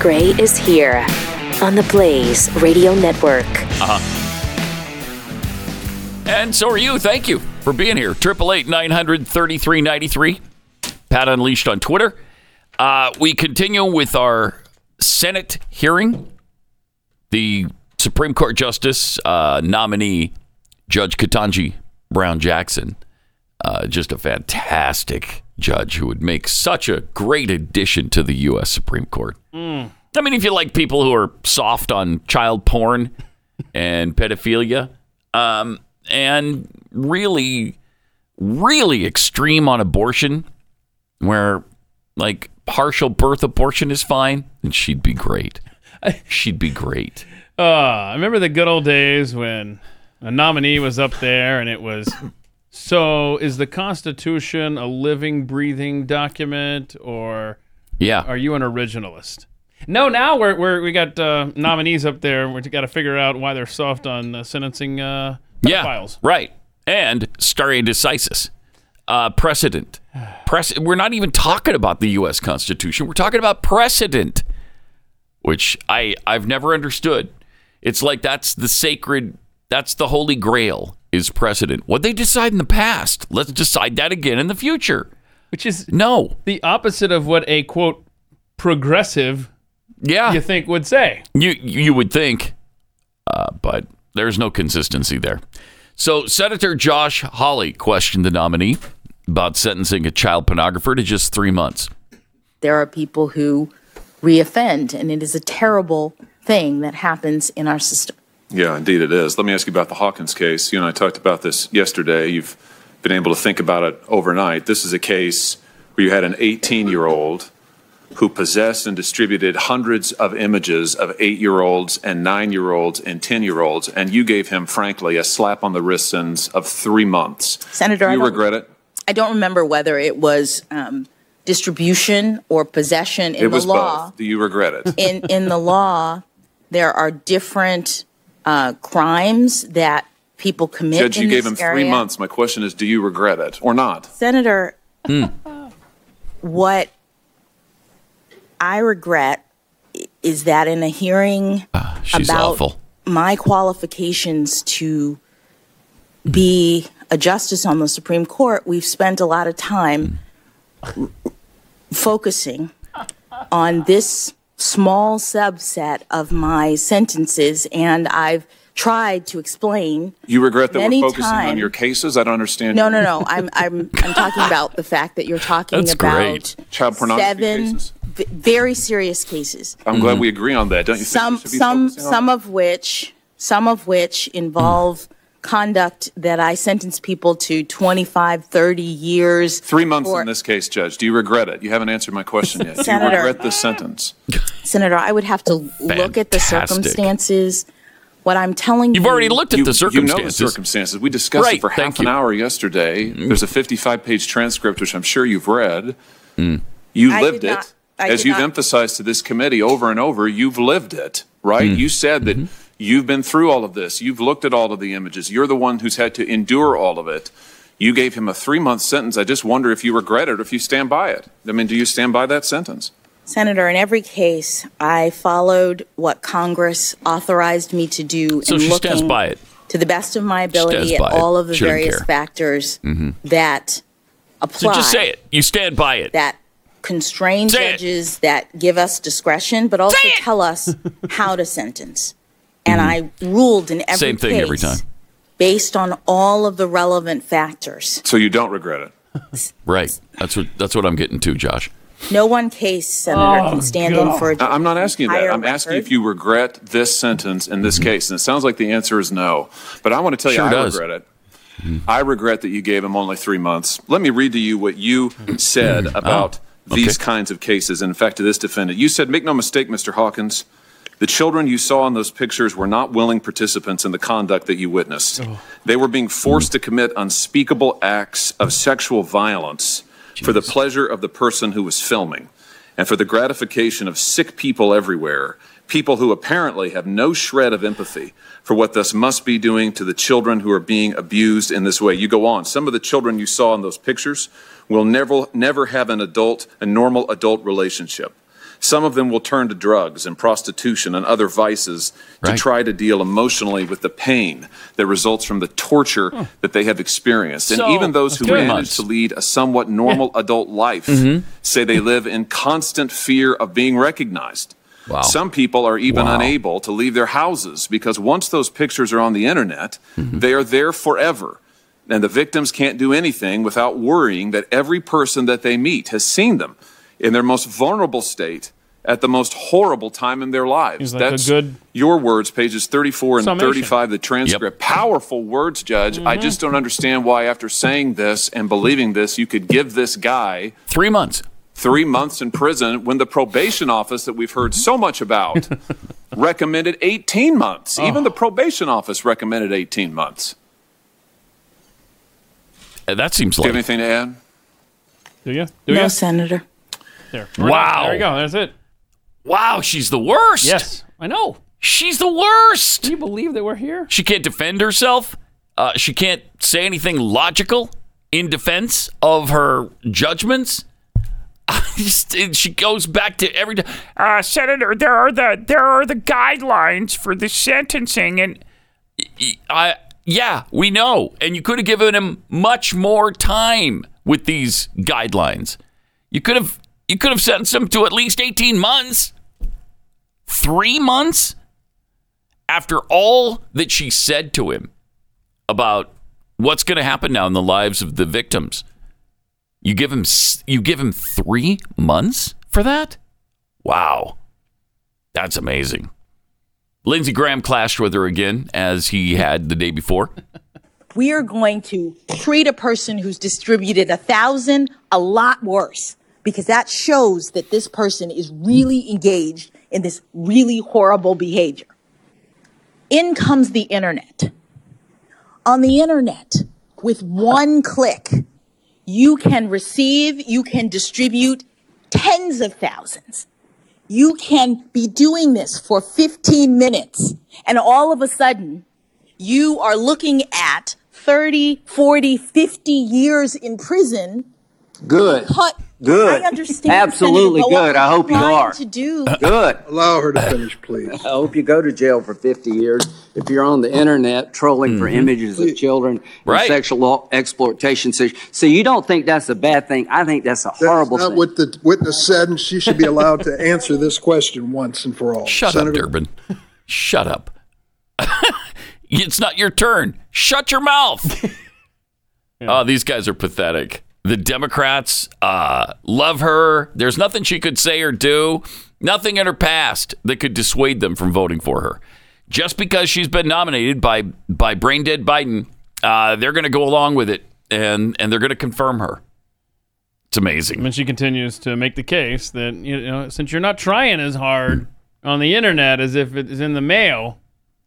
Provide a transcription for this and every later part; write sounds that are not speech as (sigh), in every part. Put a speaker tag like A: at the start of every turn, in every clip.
A: Gray is here on the Blaze Radio Network.
B: Uh-huh. And so are you. Thank you for being here. 888 Pat Unleashed on Twitter. Uh, we continue with our Senate hearing. The Supreme Court Justice uh, nominee, Judge Katanji Brown Jackson, uh, just a fantastic judge who would make such a great addition to the U.S. Supreme Court. I mean, if you like people who are soft on child porn and pedophilia, um, and really, really extreme on abortion, where like partial birth abortion is fine, then she'd be great. She'd be great.
C: Uh, I remember the good old days when a nominee was up there and it was so is the Constitution a living, breathing document or
B: Yeah.
C: are you an originalist? No, now we're, we're we got uh, nominees up there. We got to figure out why they're soft on uh, sentencing uh,
B: Yeah.
C: files.
B: Right. And stare decisis. Uh, precedent. Press. We're not even talking about the U.S. Constitution. We're talking about precedent, which I I've never understood. It's like that's the sacred. That's the holy grail is precedent. What they decide in the past, let's decide that again in the future.
C: Which is
B: No.
C: the opposite of what a quote progressive
B: Yeah.
C: you think would say.
B: You you would think, uh, but there's no consistency there. So Senator Josh Hawley questioned the nominee about sentencing a child pornographer to just three months.
D: there are people who reoffend, and it is a terrible thing that happens in our system.
E: Yeah, indeed it is. Let me ask you about the Hawkins case. You and I talked about this yesterday. You've been able to think about it overnight. This is a case where you had an 18 year old who possessed and distributed hundreds of images of eight year olds and nine year olds and 10 year olds, and you gave him, frankly, a slap on the wrist sentence of three months.
D: Senator, I
E: you
D: don't-
E: regret it?
D: I don't remember whether it was um, distribution or possession in
E: it
D: the
E: was
D: law.
E: both. (laughs) Do you regret it?
D: in in the law, there are different uh, crimes that people (laughs) commit.
E: Judge,
D: in
E: you gave him
D: this
E: three
D: area.
E: months. My question is, do you regret it or not?
D: Senator, what I regret i- is that in a hearing
B: Ah, She's
D: about
B: awful.
D: my qualifications to be a justice on the Supreme Court, we've spent a lot of time focusing on this small subset of my sentences, and I've tried to explain.
E: You regret that
D: Many
E: we're focusing on
D: times.
E: your cases? I don't understand.
D: No, no, no. I'm, I'm, I'm talking about the fact that you're talking
B: That's
D: about
B: great.
E: Child pornography
D: seven
E: cases?
D: v- very serious cases.
E: I'm glad we agree on that. Don't you think
D: some
E: we should be
D: some
E: focusing on
D: some
E: that?
D: of which some of which involve conduct that I sentence people to 25 30 years
E: three months
D: or-
E: in this case, Judge? Do you regret it? You haven't answered my question yet. do you
D: Senator.
E: regret this sentence?
D: Senator I would have to look at the
B: Fantastic.
D: circumstances what I'm telling
B: You've
D: you
B: already looked at
E: You,
B: the
E: you know the
B: circumstances.
E: circumstances. We discussed
B: Right,
E: it for
B: thank
E: half an
B: you. Mm.
E: hour yesterday. There's a 55-page transcript, which I'm sure you've read.
B: Mm.
E: You
D: I
E: lived
D: did
E: it,
D: not- I
E: as
D: did
E: you've
D: not-
E: emphasized to this committee over and over. You've lived it, right?
B: Mm.
E: You said that
B: Mm-hmm.
E: you've been through all of this. You've looked at all of the images. You're the one who's had to endure all of it. You gave him a three-month sentence. I just wonder if you regret it, or if you stand by it. I mean, do you stand by that sentence?
D: Senator in every case I followed what Congress authorized me to do
B: so
D: in
B: she
D: looking
B: stands by it.
D: to the best of my
B: stands
D: ability at
B: by it.
D: all of the
B: She doesn't
D: various
B: care. Mm.
D: factors that
B: Mm-hmm. So
D: apply
B: just say it. You stand by it.
D: that constrain
B: Say it.
D: judges that give us discretion, but also tell
B: (laughs)
D: us how to sentence. And I ruled in every
B: Mm-hmm. Same thing
D: case
B: every time.
D: based on all of the relevant factors.
E: So you don't regret it.
B: (laughs) Right. That's what that's what I'm getting to, Josh.
D: No one case senator
E: Oh,
D: can stand in for a
E: I- I'm not asking you that.
D: entire
E: I'm asking
D: record.
E: if you regret this sentence in this case. And it sounds like the answer is no. But I want to tell
B: Sure
E: you, I
B: does.
E: regret it. I regret that you gave him only three months. Let me read to you what you said about these
B: Mm. Oh, okay.
E: kinds of cases. And in fact, to this defendant, you said, make no mistake, Mr. Hawkins, the children you saw in those pictures were not willing participants in the conduct that you witnessed. They were being forced to commit unspeakable acts of sexual violence for the pleasure of the person who was filming and for the gratification of sick people everywhere, people who apparently have no shred of empathy for what this must be doing to the children who are being abused in this way. You go on. Some of the children you saw in those pictures will never never have an adult, a normal adult relationship. Some of them will turn to drugs and prostitution and other vices
B: Right.
E: to try to deal emotionally with the pain that results from the torture that they have experienced.
B: So,
E: and even those who
B: three
E: manage
B: months. Mm-hmm.
E: to lead a somewhat normal adult life say they live in constant fear of being recognized.
B: Wow.
E: Some people are even unable to leave their houses because once those pictures are on the internet, they are there forever. And the victims can't do anything without worrying that every person that they meet has seen them in their most vulnerable state at the most horrible time in their lives.
C: Seems like a good-
E: your words, pages 34 and
C: Summation.
E: 35, the transcript. Powerful words, Judge. I just don't understand why, after saying this and believing this, you could give this guy
B: Three months.
E: three months in prison when the probation office that we've heard so much
B: (laughs)
E: about recommended 18 months.
B: Oh.
E: Even the probation office recommended 18 months.
B: Uh, That seems
E: Do you have
B: like
E: anything to add?
C: Do you? Do
D: No,
C: you?
D: Senator.
C: There.
B: Wow.
C: There you go. That's it.
B: wow. She's the worst.
C: Yes. I know.
B: she's the worst.
C: Can you believe that we're here?
B: She can't defend herself. Uh, she can't say anything logical in defense of her judgments. (laughs) Just- and she goes back to every time, uh, Senator. There are the there are the guidelines for the sentencing, and I yeah, we know. And you could have given him much more time with these guidelines. You could have you could have sentenced him to at least eighteen months, three months after all that she said to him about what's going to happen now in the lives of the victims, you give him s- you give him three months for that. Wow, that's amazing. Lindsey Graham clashed with her again as he had the day before.
D: we are going to treat a person who's distributed a thousand a lot worse because that shows that this person is really engaged in this really horrible behavior. In comes the internet. On the internet, with one click, you can receive, you can distribute tens of thousands. You can be doing this for 15 minutes and all of a sudden, you are looking at 30, 40, 50 years in prison.
F: Good.
D: Cut.
F: Good.
D: I understand.
F: Absolutely
D: Senator, but what
F: good. I hope you
D: trying
F: are.
D: To do
F: Good.
G: (laughs) Allow her to finish, please.
F: I hope you go to jail for 50 years if you're on the internet trolling for images of children
B: Right.
F: and sexual exploitation. So, so you don't think that's a bad thing. I think that's a horrible
G: That's not
F: thing.
G: what the witness said, and she should be allowed to answer this question once and for all.
B: Shut
G: Senator,
B: up, Durbin. Shut up. (laughs) it's not your turn. Shut your mouth. Oh, these guys are pathetic. The Democrats uh, love her. There's nothing she could say or do, nothing in her past that could dissuade them from voting for her. Just because she's been nominated by by brain dead Biden, uh, they're going to go along with it and and they're going to confirm her. It's amazing.
C: And she continues to make the case that you know, since you're not trying as hard on the internet as if it is in the mail,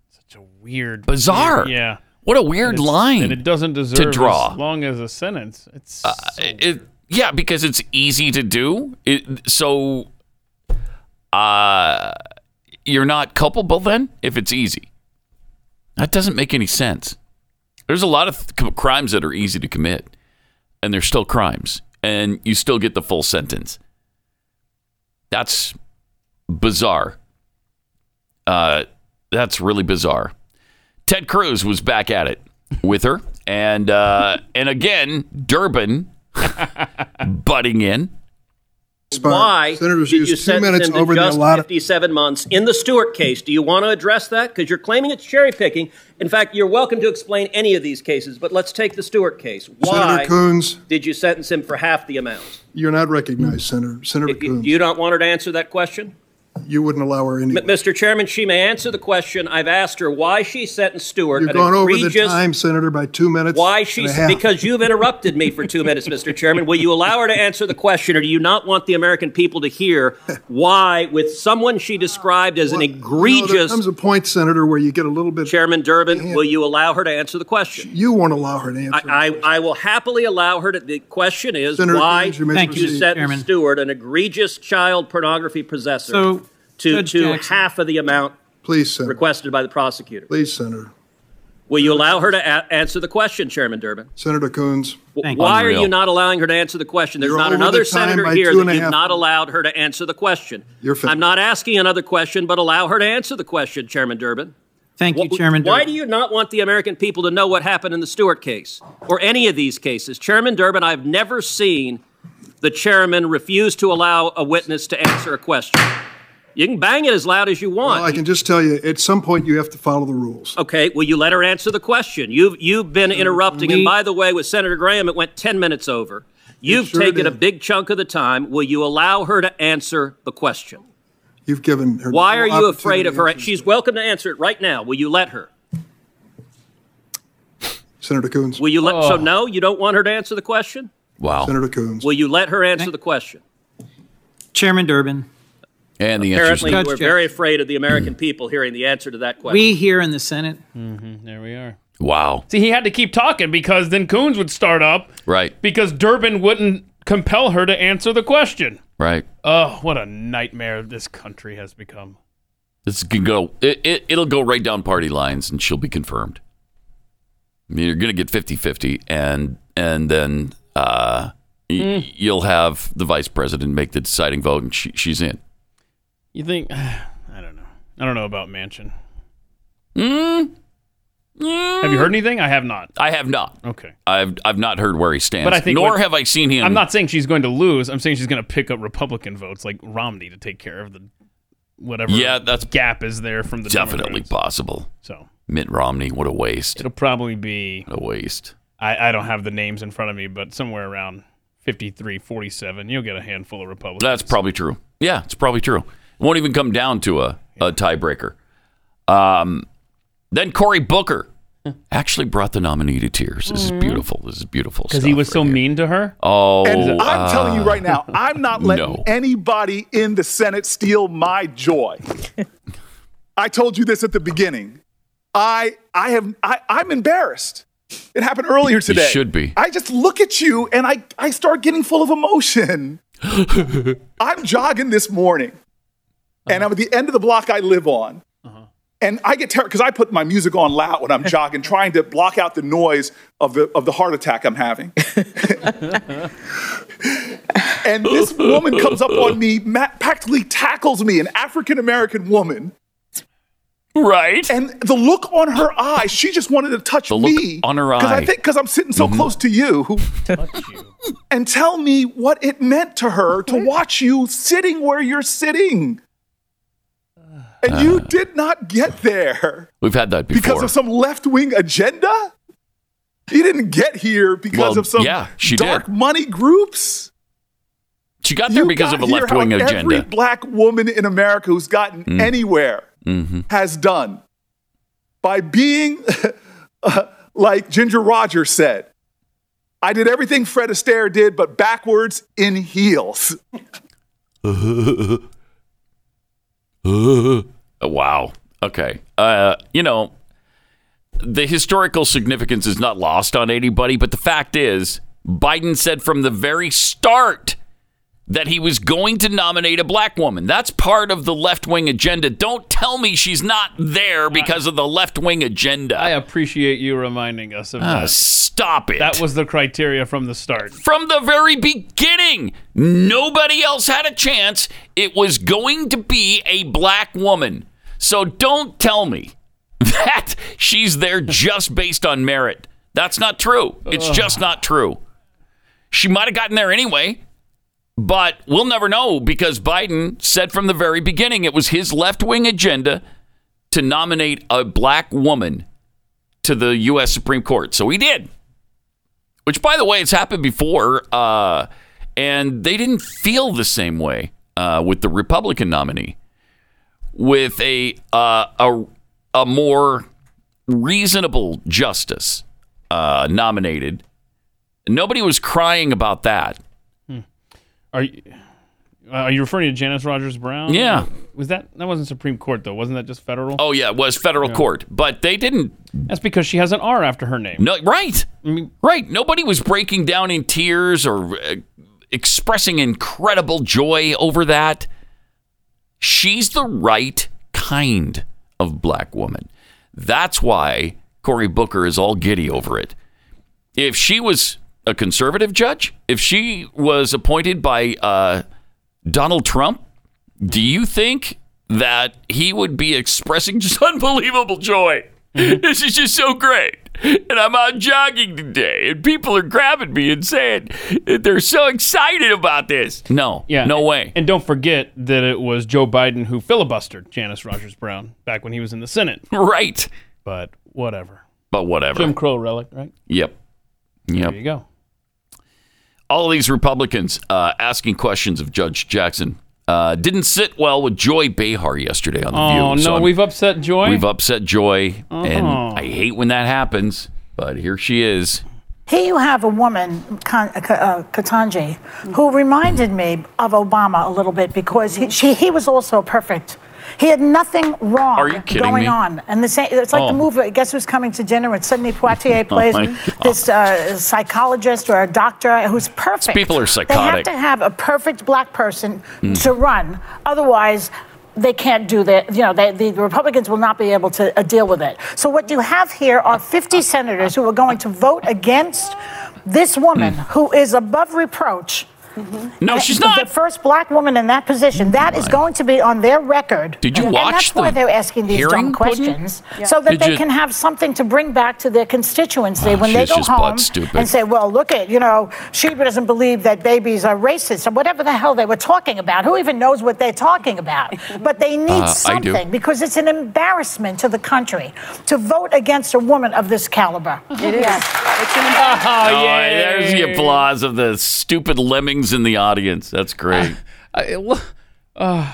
C: such a weird,
B: Bizarre.
C: yeah,
B: What a weird
C: It's-
B: line.
C: and it doesn't deserve
B: draw.
C: as long as a sentence. It's
B: Uh, it, yeah, because it's easy to do. It, so uh, you're not culpable then if it's easy. That doesn't make any sense. There's a lot of c- crimes that are easy to commit, and they're still crimes, and you still get the full sentence. That's bizarre. Uh, that's really bizarre. Ted Cruz was back at it with her, and uh, and again Durbin (laughs) butting in.
G: respond.
H: Why
G: Senators
H: did you
G: used two
H: sentence
G: minutes
H: him to
G: over the
H: just
G: allotted.
H: 57 months in the Stewart case? Do you want to address that? Because you're claiming it's cherry picking. In fact, you're welcome to explain any of these cases, but let's take the Stewart case. Why
G: Senator Coons,
H: did you sentence him for half the amount?
G: you're not recognized, Senator. Senator
H: You,
G: Coons,
H: you
G: you,
H: don't want her to answer that question?
G: wouldn't allow her any.
H: M- Mr. Chairman, she may answer the question. I've asked her why she sentenced Stewart
G: You've
H: at
G: gone over the
H: egregious
G: time, Senator, by two minutes.
H: Why she?
G: and a half.
H: Because you've interrupted me for two minutes, Mr. Chairman. Will you allow her to answer the question, or do you not want the American people to hear why, with someone she described as an
G: Well, No, there
H: egregious
G: comes a point, Senator, where you get a little bit.
H: Chairman Durbin, will you allow her to answer the question?
G: You won't allow her to answer.
H: I, I, I will happily allow her to. The question is
G: Senator
H: why
G: Coons, you may
H: did
G: Thank you,
H: you
G: proceed.
H: sentence
I: Chairman.
H: Stewart, an egregious child pornography possessor,
I: So,
H: to,
I: Judge
H: to
I: Jackson-
H: half of the amount
G: please, Senator.
H: requested by the prosecutor?
G: Please, Senator.
H: Will you allow her to a- answer the question, Chairman Durbin?
I: Senator Coons.
H: W- Why
B: Unreal.
H: are you not allowing her to answer the question? There's
I: You're
H: not
I: over the
H: another
I: time
H: senator
I: by
H: here
I: two and
H: that
I: a
H: you've
I: half
H: not
I: minutes.
H: allowed her to answer the question.
I: You're finished.
H: I'm not asking another question, but allow her to answer the question, Chairman Durbin.
J: Thank you,
H: Wh-
J: Chairman.
H: Why
J: Durbin.
H: do you not want the American people to know what happened in the Stewart case or any of these cases? Chairman Durbin, I've never seen the chairman refuse to allow a witness to answer a question. You can bang it as loud as you want.
I: Well, I can just tell you, at some point, you have to follow the rules.
H: Okay, will you let her answer the question? You've you've been interrupting, and
J: we-
H: by the way, with Senator Graham, it went ten minutes over. You've
I: sure
H: taken a
I: did.
H: big chunk of the time. Will you allow her to answer the question?
I: You've given her.
H: Why
I: no
H: are you afraid of her?
I: opportunity to
H: She's
I: answer.
H: welcome to answer it right now. Will you let her?
I: Senator Coons.
H: Will you let? So no, you don't want her to answer the question.
B: Wow.
I: Senator Coons.
H: Will you let her answer the question?
J: Chairman Durbin?
B: And the answer is
H: Apparently,
B: no.
J: Judge
H: we're
J: Jeff-
H: very afraid of the American people hearing the answer to that question.
J: We here in the Senate,
C: Mm-hmm, There we are.
B: Wow.
C: See, he had to keep talking because then Coons would start up
B: Right.
C: because Durbin wouldn't compel her to answer the question.
B: Right.
C: Oh, what a nightmare this country has become.
B: This can go. It, it it'll go right down party lines, and she'll be confirmed. I mean, you're going to get 50-50, and and then uh, y-
C: Hmm.
B: you'll have the vice president make the deciding vote, and she, she's in.
C: You think? (sighs) I don't know. I don't know about Mansion. Have you heard anything? I have not.
B: Hmm? I have not.
C: Okay.
B: I've I've not heard where he stands.
C: But I think
B: nor
C: what-
B: have I seen him.
C: I'm not saying she's going to lose. I'm saying she's going to pick up Republican votes like Romney to take care of the whatever
B: Yeah, that's
C: gap is there from the
B: definitely
C: Democrats.
B: possible.
C: So
B: Mitt Romney, what a waste!
C: it'll probably be
B: What a waste.
C: I, I don't have the names in front of me, but somewhere around 53, 47, you'll get a handful of Republicans.
B: That's probably true. Yeah, it's probably true. It won't even come down to a, a tiebreaker. Um, then Cory Booker actually brought the nominee to tears. This is beautiful. This is beautiful.
C: Mm-hmm. because he
B: stuff
C: was
B: right
C: so
B: here.
C: mean to her.
B: Oh,
K: And I'm
B: uh,
K: telling you right now, I'm
B: (laughs)
K: not letting
B: no.
K: anybody in the Senate steal my
B: (laughs)
K: joy. I told you this at the beginning. I I have I, I'm embarrassed. It happened earlier today.
B: should be.
K: I just look at you and I, I start getting full of
B: (laughs)
K: emotion. I'm jogging this morning.
B: Uh-huh.
K: And I'm at the end of the block I live on. And I get terrified because I put my music on loud
B: (laughs)
K: when I'm jogging, trying to block out the noise of the of the heart attack I'm having. and this woman comes up
B: (laughs)
K: on me, ma- practically tackles me, an African American woman,
B: right.
K: and the look on her eye, she just wanted to touch
B: The look
K: me
B: on her
K: because
B: eye. Mm-hmm.
K: I think because I'm sitting so close to you, and tell me what it meant to her to watch you sitting where you're sitting. And
B: Uh.
K: you did not get there
B: We've had that before.
K: because of some left wing agenda? You didn't get here because
B: Well,
K: of some
B: yeah, she did.
K: dark money groups.
B: she got there
K: You
B: because
K: got
B: of a
K: here
B: left wing
K: how Every
B: agenda. Mm.
K: black woman in America who's gotten anywhere
B: Mhm.
K: has done by being, (laughs) uh, like Ginger Rogers said, I did everything Fred Astaire did, but backwards in heels.
B: Uh, (laughs) Wow. Okay. Uh, you know, the historical significance is not lost on anybody, but the fact is, Biden said from the very start that he was going to nominate a black woman. That's part of the left wing agenda. Don't tell me she's not there because of the left wing agenda.
C: I appreciate you reminding us of
B: Ah,
C: that.
B: stop it.
C: That was the criteria from the start.
B: from the very beginning. Nobody else had a chance. It was going to be a black woman. So don't tell me (laughs) that she's there just based on merit. That's not true. It's just not true. She might have gotten there anyway, but we'll never know because Biden said from the very beginning it was his left wing agenda to nominate a black woman to the U.S. Supreme Court. So he did which by the way it's happened before uh, and they didn't feel the same way uh, with the republican nominee with a uh, a, a more reasonable justice uh, nominated nobody was crying about that
C: Are you, uh, are you referring to Janice Rogers Brown?
B: Yeah.
C: Was that that wasn't Supreme Court though? Wasn't that just federal?
B: oh yeah it was federal court but they didn't
C: That's because she has an R after her name.
B: no right
C: I mean,
B: Right. Nobody was breaking down in tears or uh, expressing incredible joy over that. She's the right kind of black woman. That's why Cory Booker is all giddy over it. If she was a conservative judge, if she was appointed by uh, Donald Trump, do you think that he would be expressing just (laughs) unbelievable joy? This is just so great. And I'm out jogging today, and people are grabbing me and saying that they're so excited about this. No,
C: Yeah.
B: no way.
C: And don't forget that it was Joe Biden who filibustered Janice Rogers Brown back when he was in the Senate.
B: (laughs) Right.
C: But whatever.
B: But whatever.
C: Jim Crow relic, right?
B: Yep. Yep.
C: There you go.
B: all these Republicans uh, asking questions of Judge Jackson uh, didn't sit well with Joy Behar yesterday on the View.
C: Oh, no,
B: So I'm-
C: we've upset (laughs) Joy.
B: we've upset Joy, and
C: Oh.
B: I hate when that happens. But here she is.
L: Here you have a woman, Kan- uh, Ka- uh, Katanji, who reminded me of Obama a little bit because he, she, he was also perfect. He had nothing wrong
M: Are you kidding
L: going
M: me?
L: on. And the same, it's like
M: Oh.
L: the movie, Guess Who's Coming to Dinner when Sidney
M: (laughs)
L: Poitier plays
M: my
L: this uh, psychologist or a doctor who's perfect.
B: people are psychotic.
L: They have to have a perfect black person to run. Otherwise, they can't do that. You know, they, the Republicans will not be able to uh, deal with it. So what you have here are 50 senators who are going to vote against this woman
B: Hmm.
L: who is above reproach.
B: No,
L: And
B: she's
L: the-
B: not.
L: The first black woman in that position. That is
B: My.
L: going to be on their record.
B: Did you
L: and
B: watch
L: that's why
B: the
L: they're asking these dumb
B: hearing, Putin?
L: questions,
B: Yeah.
L: so that
B: Did
L: they
B: you-
L: can have something to bring back to their constituency
B: Oh,
L: when they
B: she's
L: go
B: just butt
L: home
B: stupid.
L: and say, "Well, look at you know, she doesn't believe that babies are racist or whatever the hell they were talking about. Who even knows what they're talking
M: (laughs)
L: about?" But they need
B: Ah,
M: Uh, I do.
L: something because it's an embarrassment to the country to vote against a woman of this caliber.
M: It is. It's an
B: Oh,
M: embarrassment.
B: yeah, there's the applause of the stupid lemmings in the audience. That's (laughs) great. uh,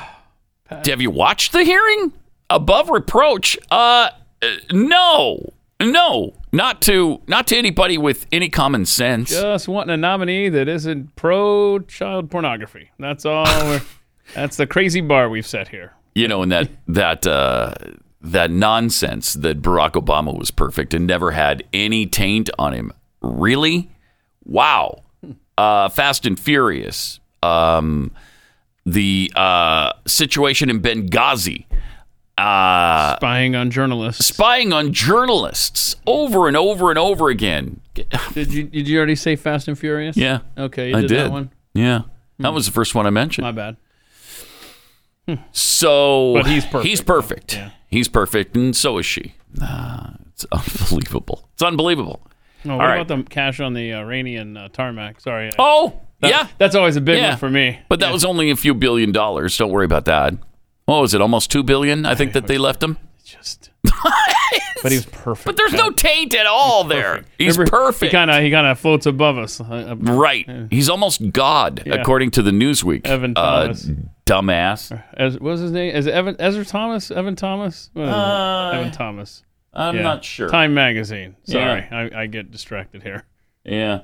B: Have you watched the hearing? Above reproach. Uh, uh, no, no, not to not to anybody with any common sense.
C: Just wanting a nominee that isn't pro child pornography. That's all.
B: (laughs)
C: We're, that's the crazy bar we've set here.
B: you know, and
C: (laughs)
B: that that uh, that nonsense that Barack Obama was perfect and never had any taint on him. Really? Wow. Uh, Fast and Furious. Um, the uh, situation in Benghazi. Uh,
C: spying on journalists.
B: Spying on journalists over and over and over again.
C: Did you did you already say Fast and Furious?
B: Yeah.
C: Okay, you
B: I
C: did,
B: did.
C: that one.
B: Yeah. That
C: Hmm.
B: was the first one I mentioned.
C: My bad. Hmm.
B: So
C: But he's perfect.
B: Oh, He's perfect. He's perfect, and so is she. Ah, it's (laughs) unbelievable. It's unbelievable.
C: No,
B: All
C: what
B: right.
C: about the cash on the Iranian uh, tarmac? Sorry. I-
B: Oh,
C: That-
B: yeah.
C: That's always a big
B: Yeah.
C: one for me.
B: But that was only a few billion dollars. Don't worry about that. What was it? Almost two billion. I think that they left him. (laughs)
C: But he was perfect.
B: But there's
C: (laughs)
B: no taint at all there. He's
C: Remember,
B: perfect.
C: He kind of he kind of floats above us. uh,
B: right. He's almost God,
C: Yeah.
B: according to the Newsweek.
C: Evan
B: Uh,
C: Thomas. (laughs)
B: dumbass.
C: As, what was his name? Is it Evan Ezra Thomas? Evan Thomas? What is it?
B: Uh,
C: Evan Thomas.
B: I'm not sure.
C: Time magazine. Sorry,
B: Yeah.
C: I, I get distracted here.
B: Yeah.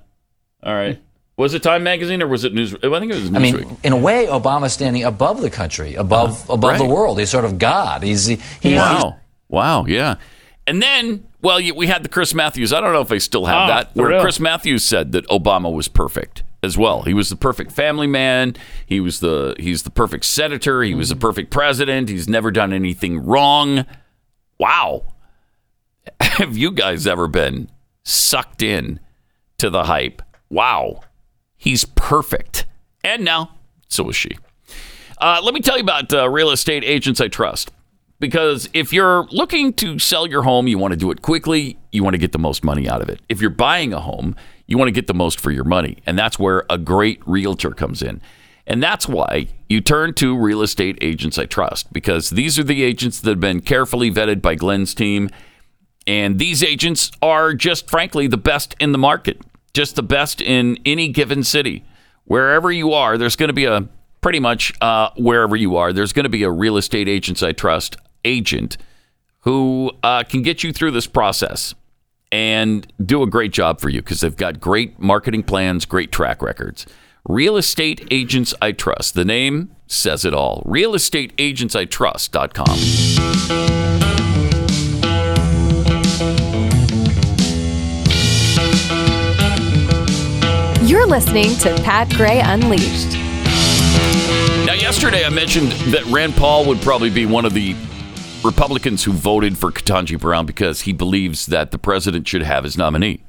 B: All right. Was it Time Magazine or was it News? I think it was Newsweek.
N: I mean, in a way, Obama's standing above the country, above
B: Uh,
N: above the
B: right.
N: world. He's sort of God. He's he, he-
B: wow. Wow. Yeah. And then, well, you- we had the Chris Matthews. I don't know if they still have
N: Ah,
B: that,
N: for
B: where
N: real?
B: Chris Matthews said that Obama was perfect as well. He was the perfect family man. He was the he's the perfect senator. He was
N: Mm-hmm.
B: the perfect president. He's never done anything wrong. Wow. (laughs) Have you guys ever been sucked in to the hype? Wow. He's perfect. And now, so is she. Uh, let me tell you about uh, real estate agents I trust. Because if you're looking to sell your home, you want to do it quickly, you want to get the most money out of it. If you're buying a home, you want to get the most for your money. And that's where a great realtor comes in. And that's why you turn to real estate agents I trust, because these are the agents that have been carefully vetted by Glenn's team. And these agents are just, frankly, the best in the market, just the best in any given city. Wherever you are, there's going to be a pretty much uh, wherever you are, there's going to be a real estate agents I trust agent who uh, can get you through this process and do a great job for you because they've got great marketing plans, great track records. Real Estate Agents I Trust. The name says it all. RealEstateAgentsITrust.com.
O: You're listening to Pat Gray Unleashed.
B: Now, yesterday I mentioned that Rand Paul would probably be one of the Republicans who voted for Katanji Brown because he believes that the president should have his nominee.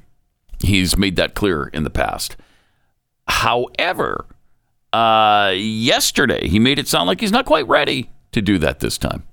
B: He's made that clear in the past. However, uh, yesterday he made it sound like he's not quite ready to do that this time.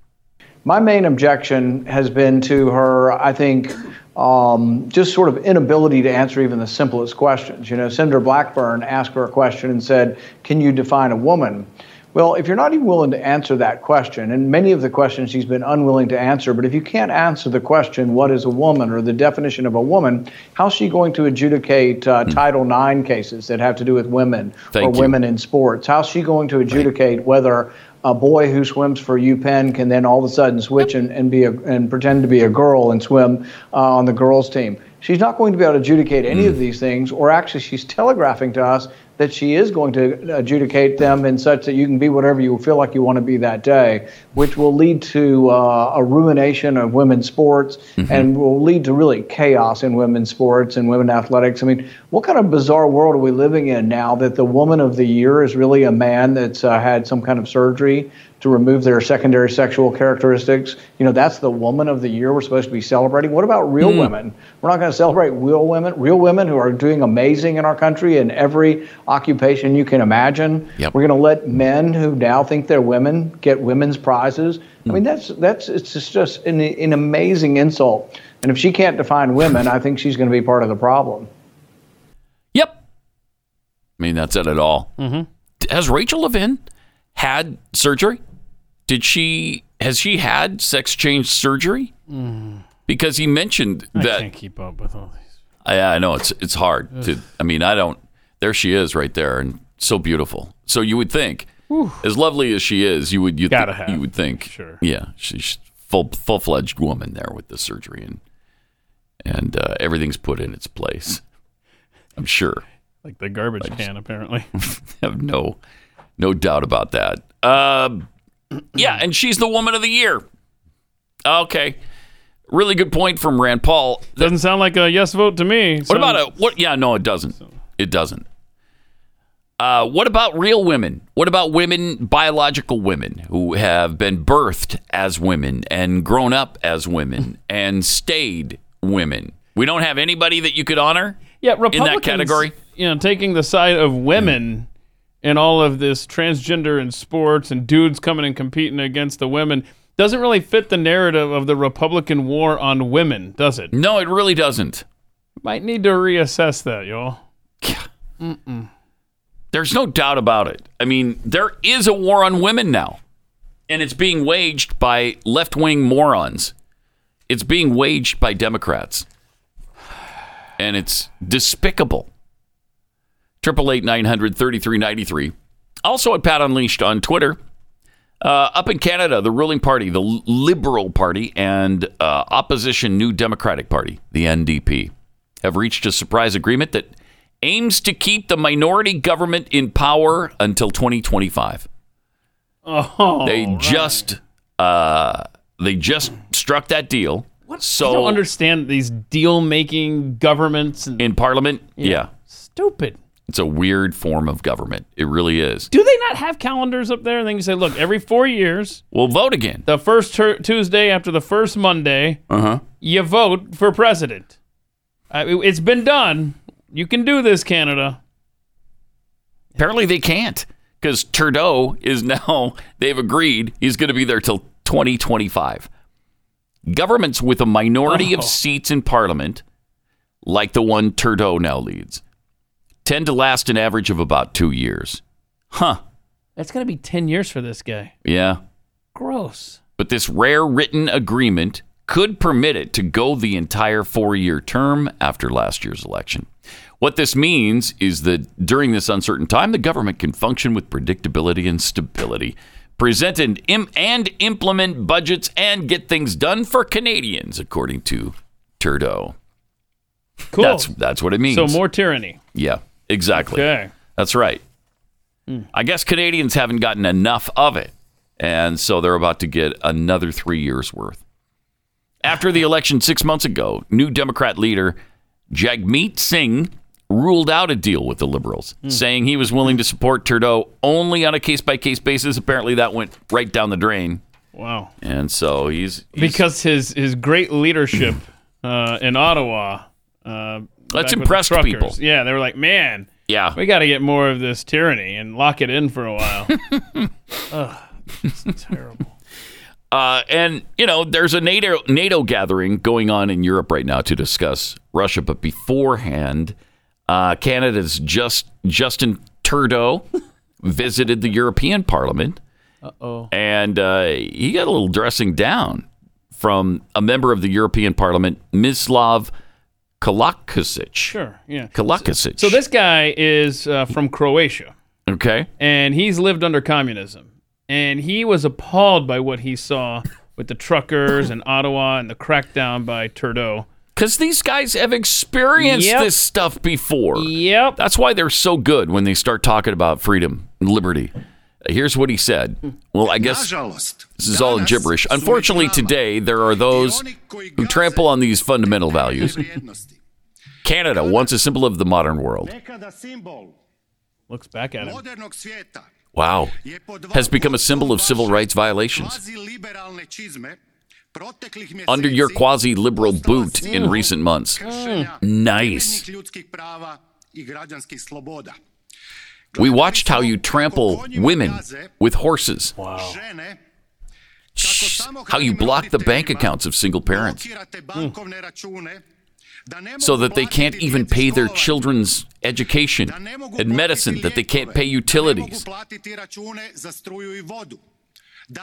M: My main objection has been to her, I think, um, just sort of inability to answer even the simplest questions. You know, Senator Blackburn asked her a question and said, Can you define a woman? Well, if you're not even willing to answer that question, and many of the questions she's been unwilling to answer, but if you can't answer the question, what is a woman, or the definition of a woman, how's she going to adjudicate uh, Title IX cases that have to do with women or
P: Hmm. Thank you.
M: women in sports? How's she going to adjudicate whether a boy who swims for UPenn can then all of a sudden switch and, and be a, and pretend to be a girl and swim uh, on the girls' team. She's not going to be able to adjudicate any of these things, or actually, she's telegraphing to us that she is going to adjudicate them in such that you can be whatever you feel like you want to be that day, which will lead to uh, a ruination of women's sports and will lead to really chaos in women's sports and women athletics. I mean, what kind of bizarre world are we living in now that the woman of the year is really a man that's uh, had some kind of surgery to remove their secondary sexual characteristics? You know, that's the woman of the year we're supposed to be celebrating. What about real women? We're not going to celebrate real women, real women who are doing amazing in our country in every occupation you can imagine. We're going to let men who now think they're women get women's prizes. I mean, that's that's it's just, just an, an amazing insult. And if she can't define women, I think she's going to be part of the problem.
B: I mean, that's it at all. Mm-hmm. Has Rachel Levin had surgery? Did she? Has she had sex change surgery?
C: Mm.
B: Because he mentioned
C: I
B: that
C: can't keep up with all these.
B: I, I know it's it's hard to.
C: Ugh.
B: I mean, I don't. There she is, right there, and so beautiful. So you would think,
C: Whew.
B: as lovely as she is, you would you
C: Gotta
B: thi-
C: have,
B: you would think,
C: sure.
B: yeah, she's full full fledged woman there with the surgery and and uh, everything's put in its place. I'm sure. (laughs)
C: Like the garbage can, apparently.
B: have no no doubt about that. Um, (clears throat) yeah, and she's the woman of the year. Okay, really good point from Rand Paul.
C: Doesn't sound like a yes vote to me.
B: What about a what? Yeah, no, it doesn't. It doesn't. Uh, what about real women? What about women, biological women who have been birthed as women and grown up as
C: (laughs)
B: women and stayed women? We don't have anybody that you could honor.
C: Yeah,
B: in
C: Republicans.
B: that category.
C: you know, taking the side of women in all of this transgender and sports and dudes coming and competing against the women doesn't really fit the narrative of the Republican war on women, does it?
B: No, it really doesn't.
C: Might need to reassess that, y'all.
B: There's no doubt about it. I mean, there is a war on women now, and it's being waged by left wing morons. It's being waged by Democrats, and it's despicable. Triple eight nine hundred thirty three ninety three. Also at Pat Unleashed on Twitter. Uh, up in Canada, the ruling party, the L- Liberal Party, and uh, opposition New Democratic Party, the NDP, have reached a surprise agreement that aims to keep the minority government in power until 2025.
C: Oh,
B: they just uh, they just struck that deal.
C: I don't
B: So
C: understand these deal making governments and
B: in Parliament, yeah.
C: stupid.
B: it's a weird form of government. It really is.
C: Do they not have calendars up there? And then you say, look, every four years,
B: We'll vote again.
C: the first tur Tuesday after the first Monday,
B: Uh huh.
C: you vote for president. I mean, it's been done. You can do this, Canada.
B: Apparently they can't because Trudeau is now, (laughs) they've agreed he's going to be there till 2025. Governments with a minority
C: Oh.
B: of seats in parliament, like the one Trudeau now leads, tend to last an average of about two years. Huh.
C: That's going to be 10 years for this guy.
B: Yeah.
C: Gross.
B: But this rare written agreement could permit it to go the entire four year term after last year's election. What this means is that during this uncertain time, the government can function with predictability and stability, present and, im- and implement budgets, and get things done for Canadians, according to Turdo.
C: Cool.
B: That's, that's what it means.
C: So more tyranny.
B: Yeah, exactly.
C: Okay. Hmm.
B: That's right. I guess Canadians haven't gotten enough of it. And so they're about to get another three years worth. After the election six months ago, new Democrat leader Jagmeet Singh ruled out a deal with the Liberals,
C: Hmm.
B: saying he was willing to support Trudeau only on a case by case basis. Apparently, that went right down the drain.
C: Wow.
B: And so he's, he's
C: Because his his great
B: (clears throat)
C: leadership uh, in Ottawa. Uh, back with the
B: impressed
C: truckers.
B: people.
C: Yeah, they were like, man,
B: yeah,
C: we got to get more of this tyranny and lock it in for a
B: (laughs)
C: while. Ugh, it's terrible.
B: Uh, and you know, there's a NATO NATO gathering going on in Europe right now to discuss Russia. But beforehand, uh, Canada's just Justin Trudeau (laughs) visited the European Parliament,
C: Uh-oh.
B: and uh, he got a little dressing down from a member of the European Parliament, Mislav Kolakasic.
C: Sure, yeah.
B: Kolakasic.
C: So this guy is uh, from Croatia,
B: okay.
C: and he's lived under communism, and he was appalled by what he saw with the truckers in Ottawa and the crackdown by Trudeau.
B: Because these guys have experienced
C: Yep. (laughs)
B: this stuff before.
C: Yep.
B: That's why they're so good when they start talking about freedom and liberty. Here's what he said. Well, I guess this is all gibberish. Unfortunately, today there are those who trample on these fundamental values. Canada, once a symbol of the modern world,
C: Looks back at him.
B: wow, has become a symbol of civil rights violations. Under your quasi liberal boot in recent months. Nice. We watched how you trample women with horses. Wow. How you block the bank accounts of single parents so that they can't even pay their children's education and medicine, that they can't pay utilities,